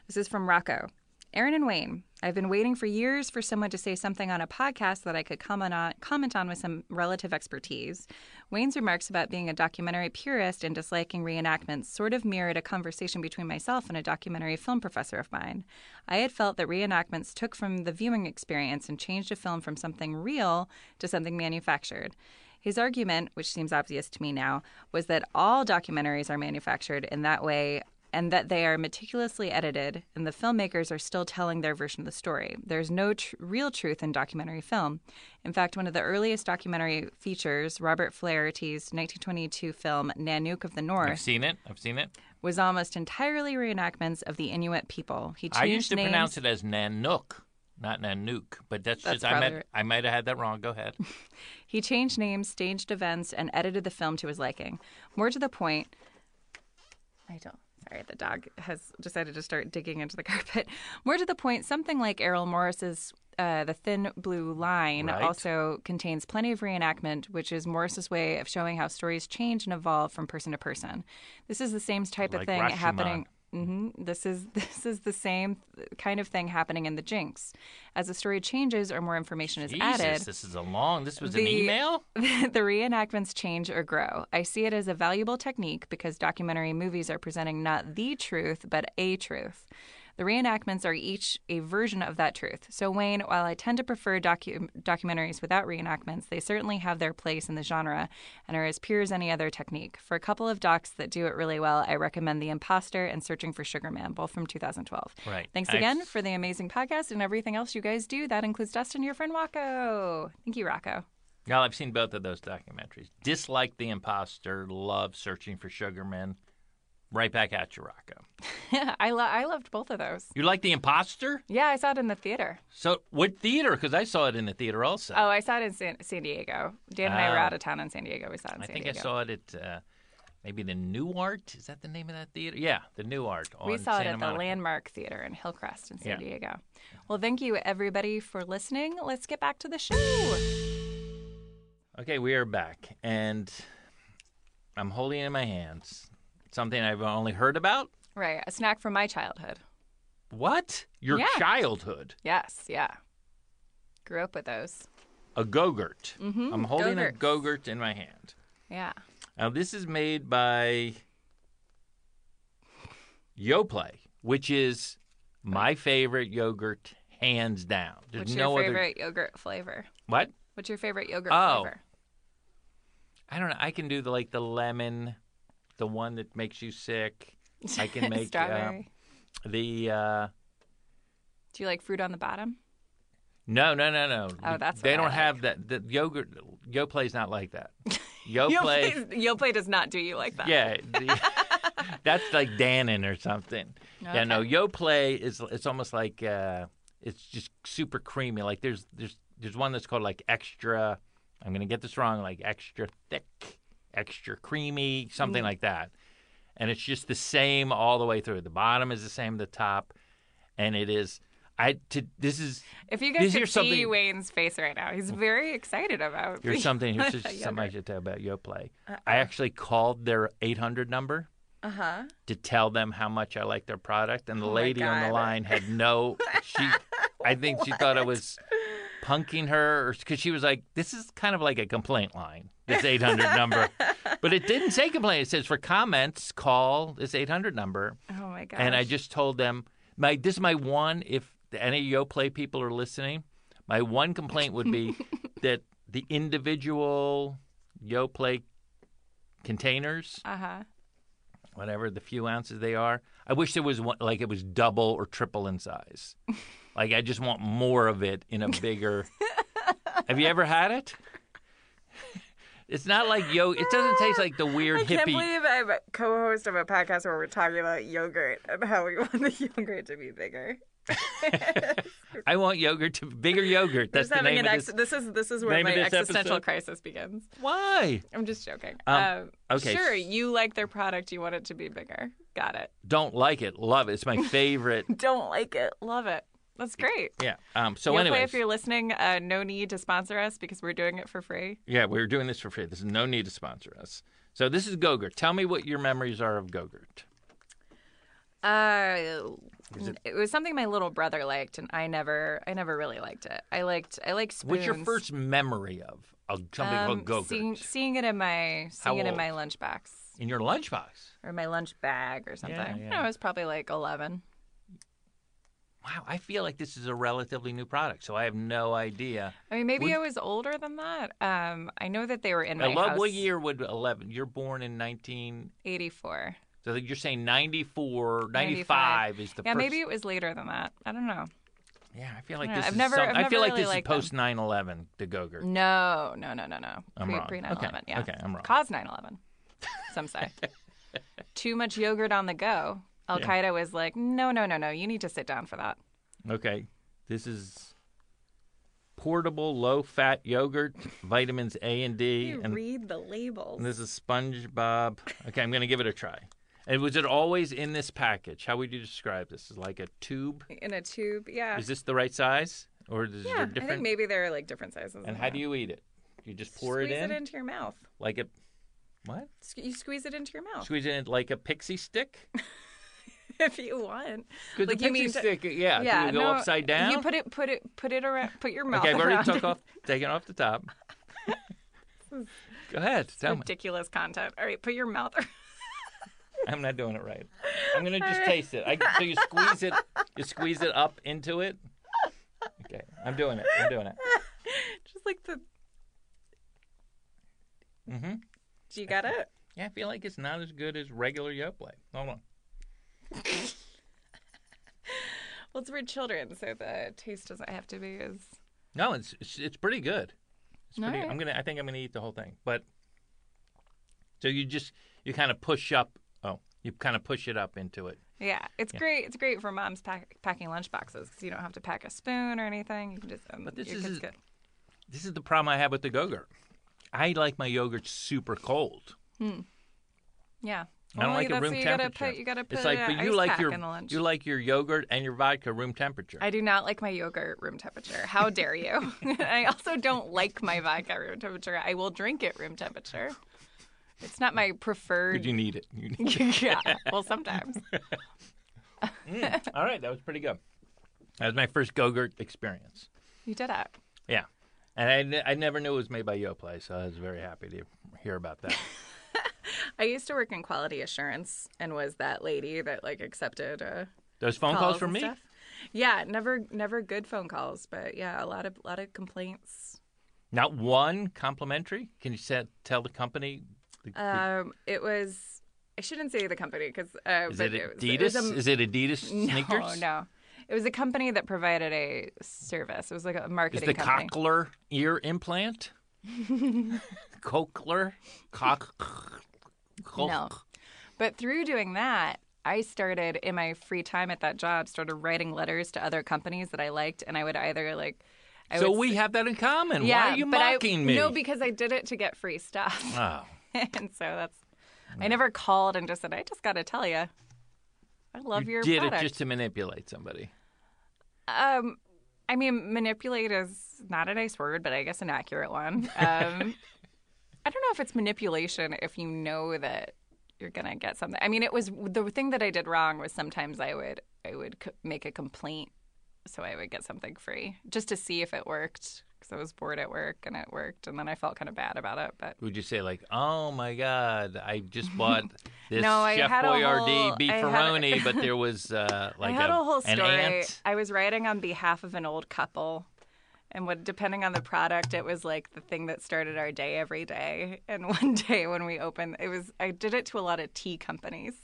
[SPEAKER 5] This is from Rocco. Aaron and Wayne, I've been waiting for years for someone to say something on a podcast that I could comment on, comment on with some relative expertise. Wayne's remarks about being a documentary purist and disliking reenactments sort of mirrored a conversation between myself and a documentary film professor of mine. I had felt that reenactments took from the viewing experience and changed a film from something real to something manufactured. His argument, which seems obvious to me now, was that all documentaries are manufactured, and that way and that they are meticulously edited, and the filmmakers are still telling their version of the story. There's no tr- real truth in documentary film. In fact, one of the earliest documentary features, Robert Flaherty's 1922 film Nanook of the
[SPEAKER 6] I've
[SPEAKER 5] North,
[SPEAKER 6] seen it. I've seen it.
[SPEAKER 5] was almost entirely reenactments of the Inuit people. He changed
[SPEAKER 6] I used to
[SPEAKER 5] names.
[SPEAKER 6] pronounce it as Nanook, not Nanook, but that's,
[SPEAKER 5] That's
[SPEAKER 6] just I might
[SPEAKER 5] probably right.
[SPEAKER 6] I might have had that wrong. Go ahead.
[SPEAKER 5] He changed names, staged events, and edited the film to his liking. More to the point, I don't. Sorry, the dog has decided to start digging into the carpet. More to the point, something like Errol Morris's uh, "The Thin Blue Line"
[SPEAKER 6] Right.
[SPEAKER 5] also contains plenty of reenactment, which is Morris's way of showing how stories change and evolve from person to person. This is the same type
[SPEAKER 6] Like
[SPEAKER 5] of thing
[SPEAKER 6] Rashomon.
[SPEAKER 5] happening. hmm This is this is the same kind of thing happening in the Jinx. As the story changes or more information is
[SPEAKER 6] Jesus,
[SPEAKER 5] added,
[SPEAKER 6] this is a long. This was an
[SPEAKER 5] The-
[SPEAKER 6] email.
[SPEAKER 5] the reenactments change or grow. I see it as a valuable technique because documentary movies are presenting not the truth, but a truth. The reenactments are each a version of that truth. So, Wayne, while I tend to prefer docu- documentaries without reenactments, they certainly have their place in the genre and are as pure as any other technique. For a couple of docs that do it really well, I recommend The Imposter and Searching for Sugar Man, both from 2012.
[SPEAKER 6] Right.
[SPEAKER 5] Thanks
[SPEAKER 6] I-
[SPEAKER 5] again for the amazing podcast and everything else you guys do. That includes Dustin, your friend Rocco. Thank you, Rocco.
[SPEAKER 6] Y'all, I've seen both of those documentaries. Dislike the imposter. Love searching for Sugarman. Right back at you, Rocco.
[SPEAKER 5] I lo- I loved both of those.
[SPEAKER 6] You like the imposter?
[SPEAKER 5] Yeah, I saw it in the theater.
[SPEAKER 6] So what theater? Because I saw it in the theater also.
[SPEAKER 5] Oh, I saw it in San, San Diego. Dan and I were
[SPEAKER 6] Ah.
[SPEAKER 5] out of town in San Diego. We saw it in
[SPEAKER 6] I
[SPEAKER 5] San
[SPEAKER 6] think
[SPEAKER 5] Diego.
[SPEAKER 6] I saw it at uh, maybe the New Art. Is that the name of that theater? Yeah, the New Art. On
[SPEAKER 5] we saw it
[SPEAKER 6] Santa
[SPEAKER 5] at the
[SPEAKER 6] Monica.
[SPEAKER 5] Landmark Theater in Hillcrest in San
[SPEAKER 6] Yeah.
[SPEAKER 5] Diego. Well, thank you everybody for listening. Let's get back to the show.
[SPEAKER 6] Okay, we are back, and I'm holding in my hands something I've only heard about.
[SPEAKER 5] Right, a snack from my childhood.
[SPEAKER 6] What? Your
[SPEAKER 5] Yeah.
[SPEAKER 6] childhood?
[SPEAKER 5] Yes, yeah. Grew up with those.
[SPEAKER 6] A gogurt. Mm-hmm. I'm holding a
[SPEAKER 5] Go-gurts.
[SPEAKER 6] gogurt in my hand.
[SPEAKER 5] Yeah.
[SPEAKER 6] Now this is made by YoPlay, which is my favorite yogurt, hands down. There's
[SPEAKER 5] What's
[SPEAKER 6] no
[SPEAKER 5] your
[SPEAKER 6] other.
[SPEAKER 5] favorite yogurt flavor?
[SPEAKER 6] What?
[SPEAKER 5] What's your favorite yogurt
[SPEAKER 6] Oh.
[SPEAKER 5] flavor?
[SPEAKER 6] I don't know. I can do the like the lemon, the one that makes you sick. I can make uh,
[SPEAKER 5] strawberry.
[SPEAKER 6] the uh,
[SPEAKER 5] Do you like fruit on the bottom?
[SPEAKER 6] no, no, no, no.
[SPEAKER 5] Oh, that's
[SPEAKER 6] they
[SPEAKER 5] what I
[SPEAKER 6] don't
[SPEAKER 5] like.
[SPEAKER 6] have that. The yogurt YoPlay's not like that. YoPlay,
[SPEAKER 5] Yoplait does not do you like that.
[SPEAKER 6] yeah, the, that's like Dannon or something. Yeah, no, YoPlay is it's almost like uh, it's just super creamy. Like there's there's there's one that's called like extra. I'm gonna get this wrong. Like extra thick, extra creamy,
[SPEAKER 5] Mm.
[SPEAKER 6] something like that. and it's just the same all the way through. The bottom is the same, the top, and it is. I to, this is
[SPEAKER 5] If you guys
[SPEAKER 6] These are
[SPEAKER 5] could see
[SPEAKER 6] something-
[SPEAKER 5] Wayne's face right now, he's very excited about.
[SPEAKER 6] here's something here's just
[SPEAKER 5] Yogurt.
[SPEAKER 6] something I should tell about YoPlay. I actually called their 800 number
[SPEAKER 5] Uh huh.
[SPEAKER 6] to tell them how much I like their product, and the
[SPEAKER 5] Oh my
[SPEAKER 6] lady on the
[SPEAKER 5] God.
[SPEAKER 6] line had no. She, I think she thought I was punking her because she was like, "This is kind of like a complaint line." This 800 number, but it didn't say complaint. It says for comments, call this 800 number.
[SPEAKER 5] Oh my god.
[SPEAKER 6] and I just told them my this is my one if any Yo Play people are listening, my one complaint would be that the individual Yo Play containers,
[SPEAKER 5] Uh huh.
[SPEAKER 6] whatever the few ounces they are, I wish there was one like it was double or triple in size. like I just want more of it in a bigger. Have you ever had it? It's not like yo. It doesn't taste like the weird hippie.
[SPEAKER 5] I'm a co-host of a podcast where we're talking about yogurt and how we want the yogurt to be bigger.
[SPEAKER 6] I want yogurt to bigger yogurt. That's the name of this.
[SPEAKER 5] is this is
[SPEAKER 6] where name of my this existential episode?
[SPEAKER 5] crisis begins.
[SPEAKER 6] Why?
[SPEAKER 5] I'm just joking.
[SPEAKER 6] Um, Um, okay. sure,
[SPEAKER 5] you like their product, you want it to be bigger. Got it.
[SPEAKER 6] don't like it, love it. It's my favorite.
[SPEAKER 5] Don't like it, love it. That's great.
[SPEAKER 6] yeah. Um. So,
[SPEAKER 5] Yoplait,
[SPEAKER 6] anyways,
[SPEAKER 5] if you're listening, uh, no need to sponsor us because we're doing it for free.
[SPEAKER 6] yeah, we're doing this for free. There's no need to sponsor us. So this is Gogurt. Tell me what your memories are of Gogurt.
[SPEAKER 5] Uh, it... was something my little brother liked, and I never, I never really liked it. I liked, I liked spoons.
[SPEAKER 6] What's your first memory of a, something
[SPEAKER 5] Um,
[SPEAKER 6] called Gogurt
[SPEAKER 5] seeing, seeing it in my,
[SPEAKER 6] How
[SPEAKER 5] seeing it in
[SPEAKER 6] old?
[SPEAKER 5] my lunchbox
[SPEAKER 6] in your lunchbox?
[SPEAKER 5] or my lunch bag or something.
[SPEAKER 6] Yeah, yeah.
[SPEAKER 5] No, I was probably like eleven.
[SPEAKER 6] Wow, I feel like this is a relatively new product, so I have no idea.
[SPEAKER 5] I mean, maybe
[SPEAKER 6] Would-
[SPEAKER 5] I was older than that. Um, I know that they were in my
[SPEAKER 6] I love
[SPEAKER 5] house.
[SPEAKER 6] what year would eleven? You're born in 1984.
[SPEAKER 5] Eighty-four.
[SPEAKER 6] So you're saying 94, 95, is the
[SPEAKER 5] yeah,
[SPEAKER 6] first.
[SPEAKER 5] maybe it was later than that. I don't know.
[SPEAKER 6] Yeah, I feel like
[SPEAKER 5] I don't know.
[SPEAKER 6] this
[SPEAKER 5] I've
[SPEAKER 6] is
[SPEAKER 5] never-
[SPEAKER 6] some-
[SPEAKER 5] I've
[SPEAKER 6] I
[SPEAKER 5] never
[SPEAKER 6] feel like
[SPEAKER 5] really
[SPEAKER 6] this is
[SPEAKER 5] liked them.
[SPEAKER 6] post 9/11 the Gogurt.
[SPEAKER 5] No, no, no, no, no.
[SPEAKER 6] I'm
[SPEAKER 5] pre,
[SPEAKER 6] wrong.
[SPEAKER 5] Pre 9
[SPEAKER 6] Okay,
[SPEAKER 5] 11. Yeah.
[SPEAKER 6] okay, I'm wrong.
[SPEAKER 5] Cause 9 11, some say. Too much yogurt on the go. Al Qaeda was like, no, no, no, no. You need to sit down for that.
[SPEAKER 6] Okay. This is portable low fat yogurt, vitamins A and D and
[SPEAKER 5] read the labels.
[SPEAKER 6] And this is SpongeBob. Okay, I'm going to give it a try. And was it always in this package? How would you describe this? Is like a tube?
[SPEAKER 5] In a tube. Yeah.
[SPEAKER 6] Is this the right size, or is
[SPEAKER 5] yeah.
[SPEAKER 6] there different?
[SPEAKER 5] I think maybe they're like different sizes.
[SPEAKER 6] And how do you eat it? You just pour
[SPEAKER 5] squeeze
[SPEAKER 6] it in,
[SPEAKER 5] into your mouth?
[SPEAKER 6] like a what?
[SPEAKER 5] Sque- You squeeze it into your mouth
[SPEAKER 6] Squeeze it in like a pixie stick.
[SPEAKER 5] if you want.
[SPEAKER 6] 'Cause the
[SPEAKER 5] Like, you
[SPEAKER 6] pixie
[SPEAKER 5] mean to-
[SPEAKER 6] stick, uh, yeah,
[SPEAKER 5] yeah,
[SPEAKER 6] you go
[SPEAKER 5] no,
[SPEAKER 6] upside down.
[SPEAKER 5] You put it, put it, put it around. Put your mouth.
[SPEAKER 6] okay, I've already
[SPEAKER 5] around
[SPEAKER 6] took
[SPEAKER 5] it.
[SPEAKER 6] off, taken off the top. go ahead, tell me.
[SPEAKER 5] Ridiculous content. All right, put your mouth. around-
[SPEAKER 6] I'm not doing it right. I'm gonna just taste it. I can, so you squeeze it, you squeeze it up into it. Okay, I'm doing it. I'm doing it.
[SPEAKER 5] Just like the. Mm-hmm.
[SPEAKER 6] Mm-hmm.
[SPEAKER 5] You got it.
[SPEAKER 6] Yeah, I feel like it's not as good as regular Yoplait. Hold on.
[SPEAKER 5] Well, it's for children, so the taste doesn't have to be as.
[SPEAKER 6] No, it's it's, it's pretty good. It's
[SPEAKER 5] All
[SPEAKER 6] pretty.
[SPEAKER 5] right.
[SPEAKER 6] I'm gonna. I think I'm gonna eat the whole thing. But so you just you kind of push up. Oh, you kind of push it up into it.
[SPEAKER 5] Yeah, it's great. It's great for moms pack, packing lunch boxes because you don't have to pack a spoon or anything. You can just. Um,
[SPEAKER 6] But this
[SPEAKER 5] your
[SPEAKER 6] is-
[SPEAKER 5] kids get-
[SPEAKER 6] This is the problem I have with the Gogurt. I like my yogurt super cold.
[SPEAKER 5] Oh, Yeah.
[SPEAKER 6] I don't
[SPEAKER 5] Only
[SPEAKER 6] like it
[SPEAKER 5] that's
[SPEAKER 6] room
[SPEAKER 5] what you
[SPEAKER 6] temperature.
[SPEAKER 5] Gotta put, you gotta put
[SPEAKER 6] it's like,
[SPEAKER 5] it in
[SPEAKER 6] but
[SPEAKER 5] an
[SPEAKER 6] you
[SPEAKER 5] ice
[SPEAKER 6] like
[SPEAKER 5] pack
[SPEAKER 6] your
[SPEAKER 5] in the lunch.
[SPEAKER 6] you like your yogurt and your vodka room temperature.
[SPEAKER 5] I do not like my yogurt room temperature. How dare you? I also don't like my vodka room temperature. I will drink it room temperature. It's not my preferred.
[SPEAKER 6] But you need it. You need it.
[SPEAKER 5] yeah. Well, sometimes.
[SPEAKER 6] All right, that was pretty good. That was my first Gogurt experience.
[SPEAKER 5] You did it.
[SPEAKER 6] Yeah. And I, ne- I never knew it was made by Yoplait, so I was very happy to hear about that.
[SPEAKER 5] I used to work in quality assurance and was that lady that like accepted uh,
[SPEAKER 6] Those phone calls,
[SPEAKER 5] calls
[SPEAKER 6] from
[SPEAKER 5] and
[SPEAKER 6] me?
[SPEAKER 5] Stuff. Yeah, never, never good phone calls, but yeah, a lot of, lot of complaints.
[SPEAKER 6] Not one complimentary? Can you set, tell the company? The, the-
[SPEAKER 5] Um, it was. I shouldn't say the company because. Uh,
[SPEAKER 6] is
[SPEAKER 5] but
[SPEAKER 6] it
[SPEAKER 5] it was- it
[SPEAKER 6] Adidas?
[SPEAKER 5] was a-
[SPEAKER 6] is it Adidas
[SPEAKER 5] No,
[SPEAKER 6] sneakers?
[SPEAKER 5] no. It was a company that provided a service. It was like a
[SPEAKER 6] Is
[SPEAKER 5] marketing
[SPEAKER 6] the
[SPEAKER 5] company.
[SPEAKER 6] cochlear ear implant? cochlear? Cock. coch-
[SPEAKER 5] No. But through doing that, I started in my free time at that job, started writing letters to other companies that I liked, and I would either like. I
[SPEAKER 6] So
[SPEAKER 5] would,
[SPEAKER 6] we have that in common.
[SPEAKER 5] yeah,
[SPEAKER 6] Why are you
[SPEAKER 5] but I-
[SPEAKER 6] mocking me?
[SPEAKER 5] No, because I did it to get free stuff,
[SPEAKER 6] oh.
[SPEAKER 5] and so that's. I never called and just said, "I just got to tell you, I love
[SPEAKER 6] you
[SPEAKER 5] your
[SPEAKER 6] did
[SPEAKER 5] product."
[SPEAKER 6] it just to manipulate somebody.
[SPEAKER 5] Um, I mean, manipulate is not a nice word, but I guess an accurate one. Um, I don't know if it's manipulation if you know that you're gonna get something. I mean, it was the thing that I did wrong was sometimes I would I would co- make a complaint so I would get something free just to see if it worked because I was bored at work and it worked, and then I felt kind of bad about it. But
[SPEAKER 6] Would you say like, "Oh my God, I just bought this
[SPEAKER 5] No, I
[SPEAKER 6] Chef
[SPEAKER 5] had a
[SPEAKER 6] Boyardee
[SPEAKER 5] whole- I had a-
[SPEAKER 6] beefaroni, but there was uh, like
[SPEAKER 5] I had a, whole
[SPEAKER 6] an
[SPEAKER 5] story.
[SPEAKER 6] ant."
[SPEAKER 5] I was writing on behalf of an old couple, and what depending on the product, it was like the thing that started our day every day. And one day when we opened, it was I did it to a lot of tea companies.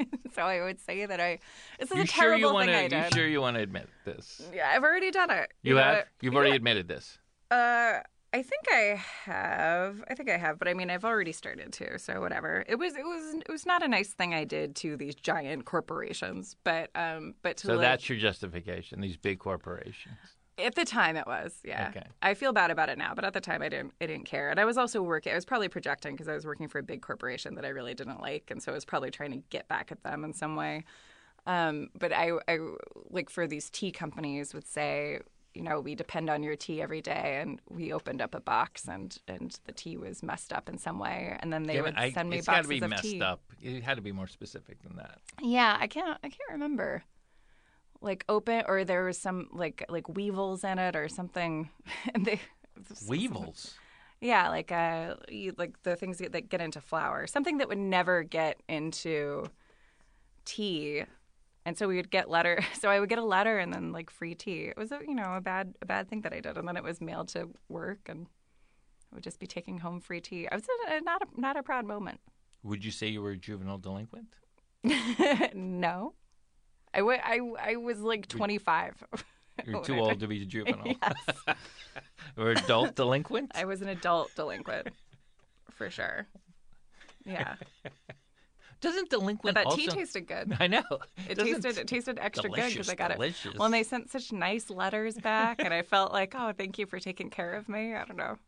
[SPEAKER 5] so I would say that I this is
[SPEAKER 6] You
[SPEAKER 5] a
[SPEAKER 6] sure
[SPEAKER 5] terrible
[SPEAKER 6] you want
[SPEAKER 5] thing I
[SPEAKER 6] to? You
[SPEAKER 5] did.
[SPEAKER 6] sure you want to admit this?
[SPEAKER 5] Yeah, I've already done it.
[SPEAKER 6] You
[SPEAKER 5] know,
[SPEAKER 6] have. You've already admitted this.
[SPEAKER 5] Uh, I think I have. I think I have, but I mean, I've already started to, so whatever. It was, it was, it was not a nice thing I did to these giant corporations, but, um, but to
[SPEAKER 6] So
[SPEAKER 5] like,
[SPEAKER 6] that's your justification. These big corporations.
[SPEAKER 5] At the time, it was. Yeah.
[SPEAKER 6] Okay.
[SPEAKER 5] I feel bad about it now, but at the time, I didn't. I didn't care, and I was also working. I was probably projecting because I was working for a big corporation that I really didn't like, and so I was probably trying to get back at them in some way. Um, but I, I, like for these tea companies, would say, you know, we depend on your tea every day, and we opened up a box, and and the tea was messed up in some way, and then they
[SPEAKER 6] Yeah, but
[SPEAKER 5] would
[SPEAKER 6] I-
[SPEAKER 5] send me
[SPEAKER 6] it's got to
[SPEAKER 5] boxes
[SPEAKER 6] be
[SPEAKER 5] of
[SPEAKER 6] messed
[SPEAKER 5] tea.
[SPEAKER 6] up. You had to be more specific than that.
[SPEAKER 5] Yeah, I can't. I can't remember. Like open, or there was some like like weevils in it, or something. and they,
[SPEAKER 6] Weevils.
[SPEAKER 5] yeah, like uh, you, like the things that that get into flour, something that would never get into tea. And so we would get letter. So I would get a letter and then like free tea. It was a you know a bad a bad thing that I did, and then it was mailed to work, and I would just be taking home free tea. I was in a, not a, not a proud moment.
[SPEAKER 6] Would you say you were a juvenile delinquent?
[SPEAKER 5] no. I wa- I- I was like 25. Oh,
[SPEAKER 6] You're too old to be a juvenile or adult delinquent.
[SPEAKER 5] I was an adult delinquent, for sure. Yeah.
[SPEAKER 6] Doesn't
[SPEAKER 5] But
[SPEAKER 6] delinquent
[SPEAKER 5] that
[SPEAKER 6] also?
[SPEAKER 5] tea tasted good.
[SPEAKER 6] I know.
[SPEAKER 5] It
[SPEAKER 6] Doesn't-
[SPEAKER 5] tasted it tasted extra good because
[SPEAKER 6] delicious,
[SPEAKER 5] I got
[SPEAKER 6] delicious.
[SPEAKER 5] it. Well, and they sent such nice letters back, and I felt like, oh, thank you for taking care of me. I don't know.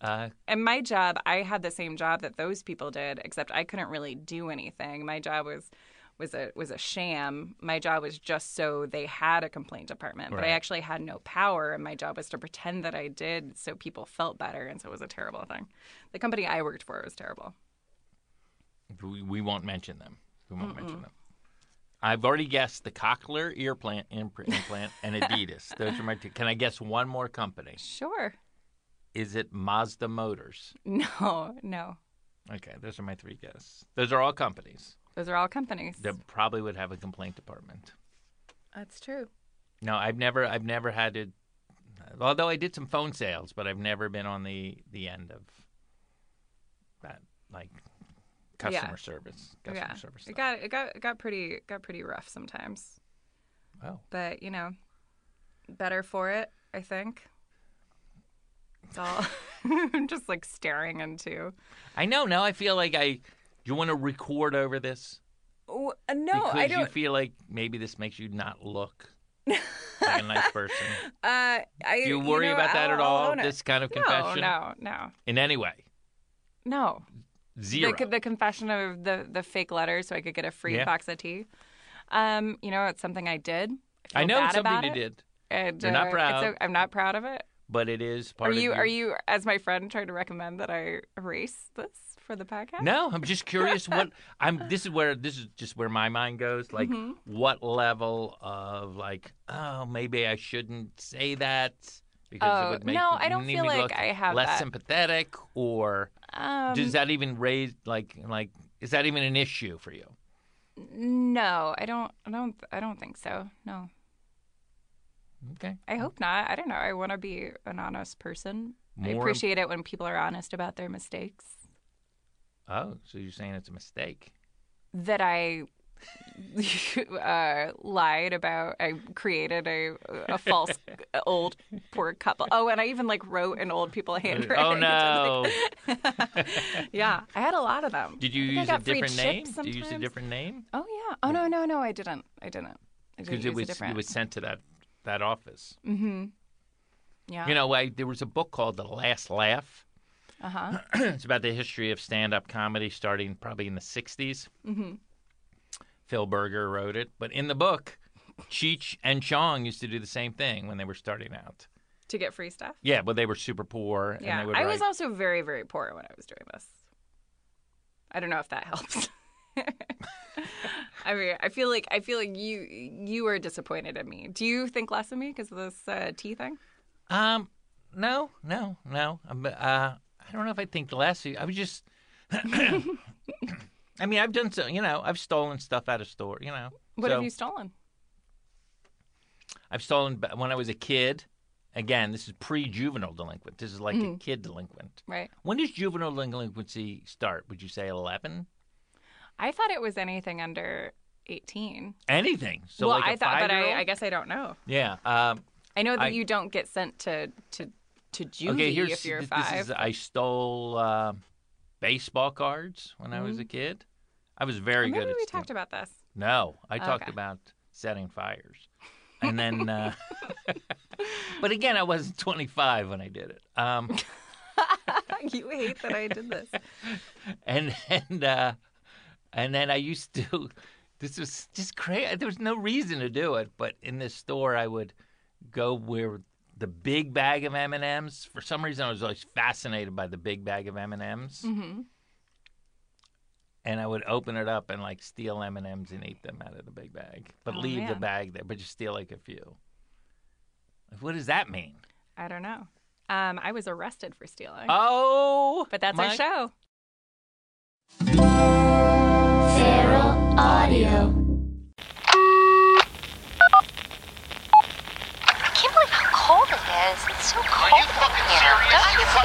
[SPEAKER 6] Uh,
[SPEAKER 5] And my job, I had the same job that those people did, except I couldn't really do anything. My job was was a was a sham. My job was just so they had a complaint department, but I
[SPEAKER 6] Right.
[SPEAKER 5] actually had no power, and my job was to pretend that I did, so people felt better, and so it was a terrible thing. The company I worked for was terrible.
[SPEAKER 6] we, we won't mention them. We won't mention them. I've already guessed the Cochlear earplant impr- implant and Adidas. Those are my two. Can I guess one more company?
[SPEAKER 5] Sure.
[SPEAKER 6] Is it Mazda Motors?
[SPEAKER 5] No, no.
[SPEAKER 6] Okay, those are my three guesses. Those are all companies
[SPEAKER 5] Those are all companies.
[SPEAKER 6] that probably would have a complaint department.
[SPEAKER 5] That's true.
[SPEAKER 6] No, I've never, I've never had to. Although I did some phone sales, but I've never been on the the end of that, like customer
[SPEAKER 5] Yeah.
[SPEAKER 6] service. Customer
[SPEAKER 5] yeah.
[SPEAKER 6] service.
[SPEAKER 5] It
[SPEAKER 6] stuff.
[SPEAKER 5] got it got it got pretty it got pretty rough sometimes.
[SPEAKER 6] Oh,
[SPEAKER 5] but you know, better for it, I think. It's all I'm just like staring into.
[SPEAKER 6] I know. Now I feel like I. Do you want to record over this?
[SPEAKER 5] Oh, uh, no,
[SPEAKER 6] because
[SPEAKER 5] I
[SPEAKER 6] you
[SPEAKER 5] don't.
[SPEAKER 6] feel like maybe this makes you not look like a nice person.
[SPEAKER 5] uh, I,
[SPEAKER 6] Do you worry
[SPEAKER 5] know,
[SPEAKER 6] about that
[SPEAKER 5] I'll-
[SPEAKER 6] at
[SPEAKER 5] I'll
[SPEAKER 6] all?
[SPEAKER 5] own it.
[SPEAKER 6] This kind of confession?
[SPEAKER 5] No, no, no,
[SPEAKER 6] In any way?
[SPEAKER 5] no.
[SPEAKER 6] Zero.
[SPEAKER 5] The, the confession of the the fake letter, so I could get a free
[SPEAKER 6] Yeah.
[SPEAKER 5] box of tea. Um, you know, it's something I did. feel
[SPEAKER 6] I know
[SPEAKER 5] bad
[SPEAKER 6] it's something
[SPEAKER 5] about
[SPEAKER 6] you
[SPEAKER 5] it.
[SPEAKER 6] did,
[SPEAKER 5] And, uh,
[SPEAKER 6] You're not
[SPEAKER 5] it's
[SPEAKER 6] proud.
[SPEAKER 5] o- I'm not proud of it.
[SPEAKER 6] but it is part
[SPEAKER 5] are you?
[SPEAKER 6] of
[SPEAKER 5] Are you, as my friend, trying to recommend that I erase this for the podcast?
[SPEAKER 6] No, I'm just curious what I'm this is where this is just where my mind goes. Like
[SPEAKER 5] Mm-hmm.
[SPEAKER 6] what level of like, oh, maybe I shouldn't say that because
[SPEAKER 5] Oh,
[SPEAKER 6] it would make
[SPEAKER 5] no, I don't
[SPEAKER 6] me
[SPEAKER 5] feel like
[SPEAKER 6] look
[SPEAKER 5] I have
[SPEAKER 6] less
[SPEAKER 5] that.
[SPEAKER 6] sympathetic or
[SPEAKER 5] Um,
[SPEAKER 6] does that even raise like like is that even an issue for you?
[SPEAKER 5] No, I don't. I don't. I don't think so. No,
[SPEAKER 6] Okay.
[SPEAKER 5] I hope not. I don't know. I want to be an honest person. I
[SPEAKER 6] More-
[SPEAKER 5] appreciate it when people are honest about their mistakes.
[SPEAKER 6] Oh, so you're saying it's a mistake.
[SPEAKER 5] That I uh, lied about. I created a a false old poor couple. Oh, and I even like wrote an old people handwriting.
[SPEAKER 6] Oh no!
[SPEAKER 5] yeah, I had a lot of them.
[SPEAKER 6] Did you
[SPEAKER 5] I think I
[SPEAKER 6] use a
[SPEAKER 5] got free
[SPEAKER 6] different name?
[SPEAKER 5] chips
[SPEAKER 6] Did you use a
[SPEAKER 5] sometimes.
[SPEAKER 6] different name?
[SPEAKER 5] Oh yeah. Oh no no no. I didn't. I didn't. I didn't use
[SPEAKER 6] Because it was
[SPEAKER 5] a different. Mm-hmm.
[SPEAKER 6] it was sent to that that office.
[SPEAKER 5] yeah.
[SPEAKER 6] You know, I, there was a book called The Last Laugh.
[SPEAKER 5] Uh huh.
[SPEAKER 6] it's about the history of stand-up comedy starting probably in the '60s. Mm-hmm. Phil Berger wrote it, but in the book, Cheech and Chong used to do the same thing when they were starting out.
[SPEAKER 5] to get free stuff.
[SPEAKER 6] Yeah, but they were super poor, and
[SPEAKER 5] Yeah,
[SPEAKER 6] they would
[SPEAKER 5] I was
[SPEAKER 6] write-
[SPEAKER 5] also very, very poor when I was doing this. I don't know if that helps. I mean, I feel like I feel like you you are disappointed in me. Do you think less of me because of this uh, tea thing?
[SPEAKER 6] Um, no, no, no. Um, uh, I don't know if I think the last few. I was just. I mean, I've done so. You know, I've stolen stuff out of store. You know,
[SPEAKER 5] What
[SPEAKER 6] so
[SPEAKER 5] have you stolen?
[SPEAKER 6] I've stolen ba- when I was a kid. Again, this is pre-juvenile delinquent. This is like
[SPEAKER 5] Mm-hmm.
[SPEAKER 6] a kid delinquent.
[SPEAKER 5] Right.
[SPEAKER 6] When does juvenile delinquency start? Would you say eleven?
[SPEAKER 5] I thought it was anything under eighteen.
[SPEAKER 6] Anything. So
[SPEAKER 5] well,
[SPEAKER 6] like
[SPEAKER 5] I
[SPEAKER 6] a
[SPEAKER 5] thought, but I,
[SPEAKER 6] five-year-old?
[SPEAKER 5] I guess I don't know.
[SPEAKER 6] Yeah. Um,
[SPEAKER 5] I know that
[SPEAKER 6] I-
[SPEAKER 5] you don't get sent to to to juvie
[SPEAKER 6] okay. Here's
[SPEAKER 5] if you're
[SPEAKER 6] this
[SPEAKER 5] five.
[SPEAKER 6] Is, I stole uh, baseball cards when I was a kid. I was very
[SPEAKER 5] Mm-hmm. Maybe
[SPEAKER 6] good. at
[SPEAKER 5] we
[SPEAKER 6] stealing.
[SPEAKER 5] talked about this.
[SPEAKER 6] No, I talked
[SPEAKER 5] Okay.
[SPEAKER 6] about setting fires. And then, uh, but again, I wasn't 25 when I did it. Um,
[SPEAKER 5] you hate that I did this.
[SPEAKER 6] and and uh, and then I used to. This was just crazy. There was no reason to do it, but in this store, I would go where the big bag of M and M's. For some reason, I was always fascinated by the big bag of M and M's,
[SPEAKER 5] Mhm.
[SPEAKER 6] and I would open it up and like steal M and M's and eat them out of the big bag, but
[SPEAKER 5] Oh,
[SPEAKER 6] leave the
[SPEAKER 5] man.
[SPEAKER 6] bag there, but just steal like a few. Like, What does that mean?
[SPEAKER 5] I don't know. Um, I was arrested for stealing.
[SPEAKER 6] Oh,
[SPEAKER 5] But that's
[SPEAKER 6] my-
[SPEAKER 5] our show.
[SPEAKER 8] Feral Audio.
[SPEAKER 4] I can't believe how cold it is. It's so cold in here. Don't you think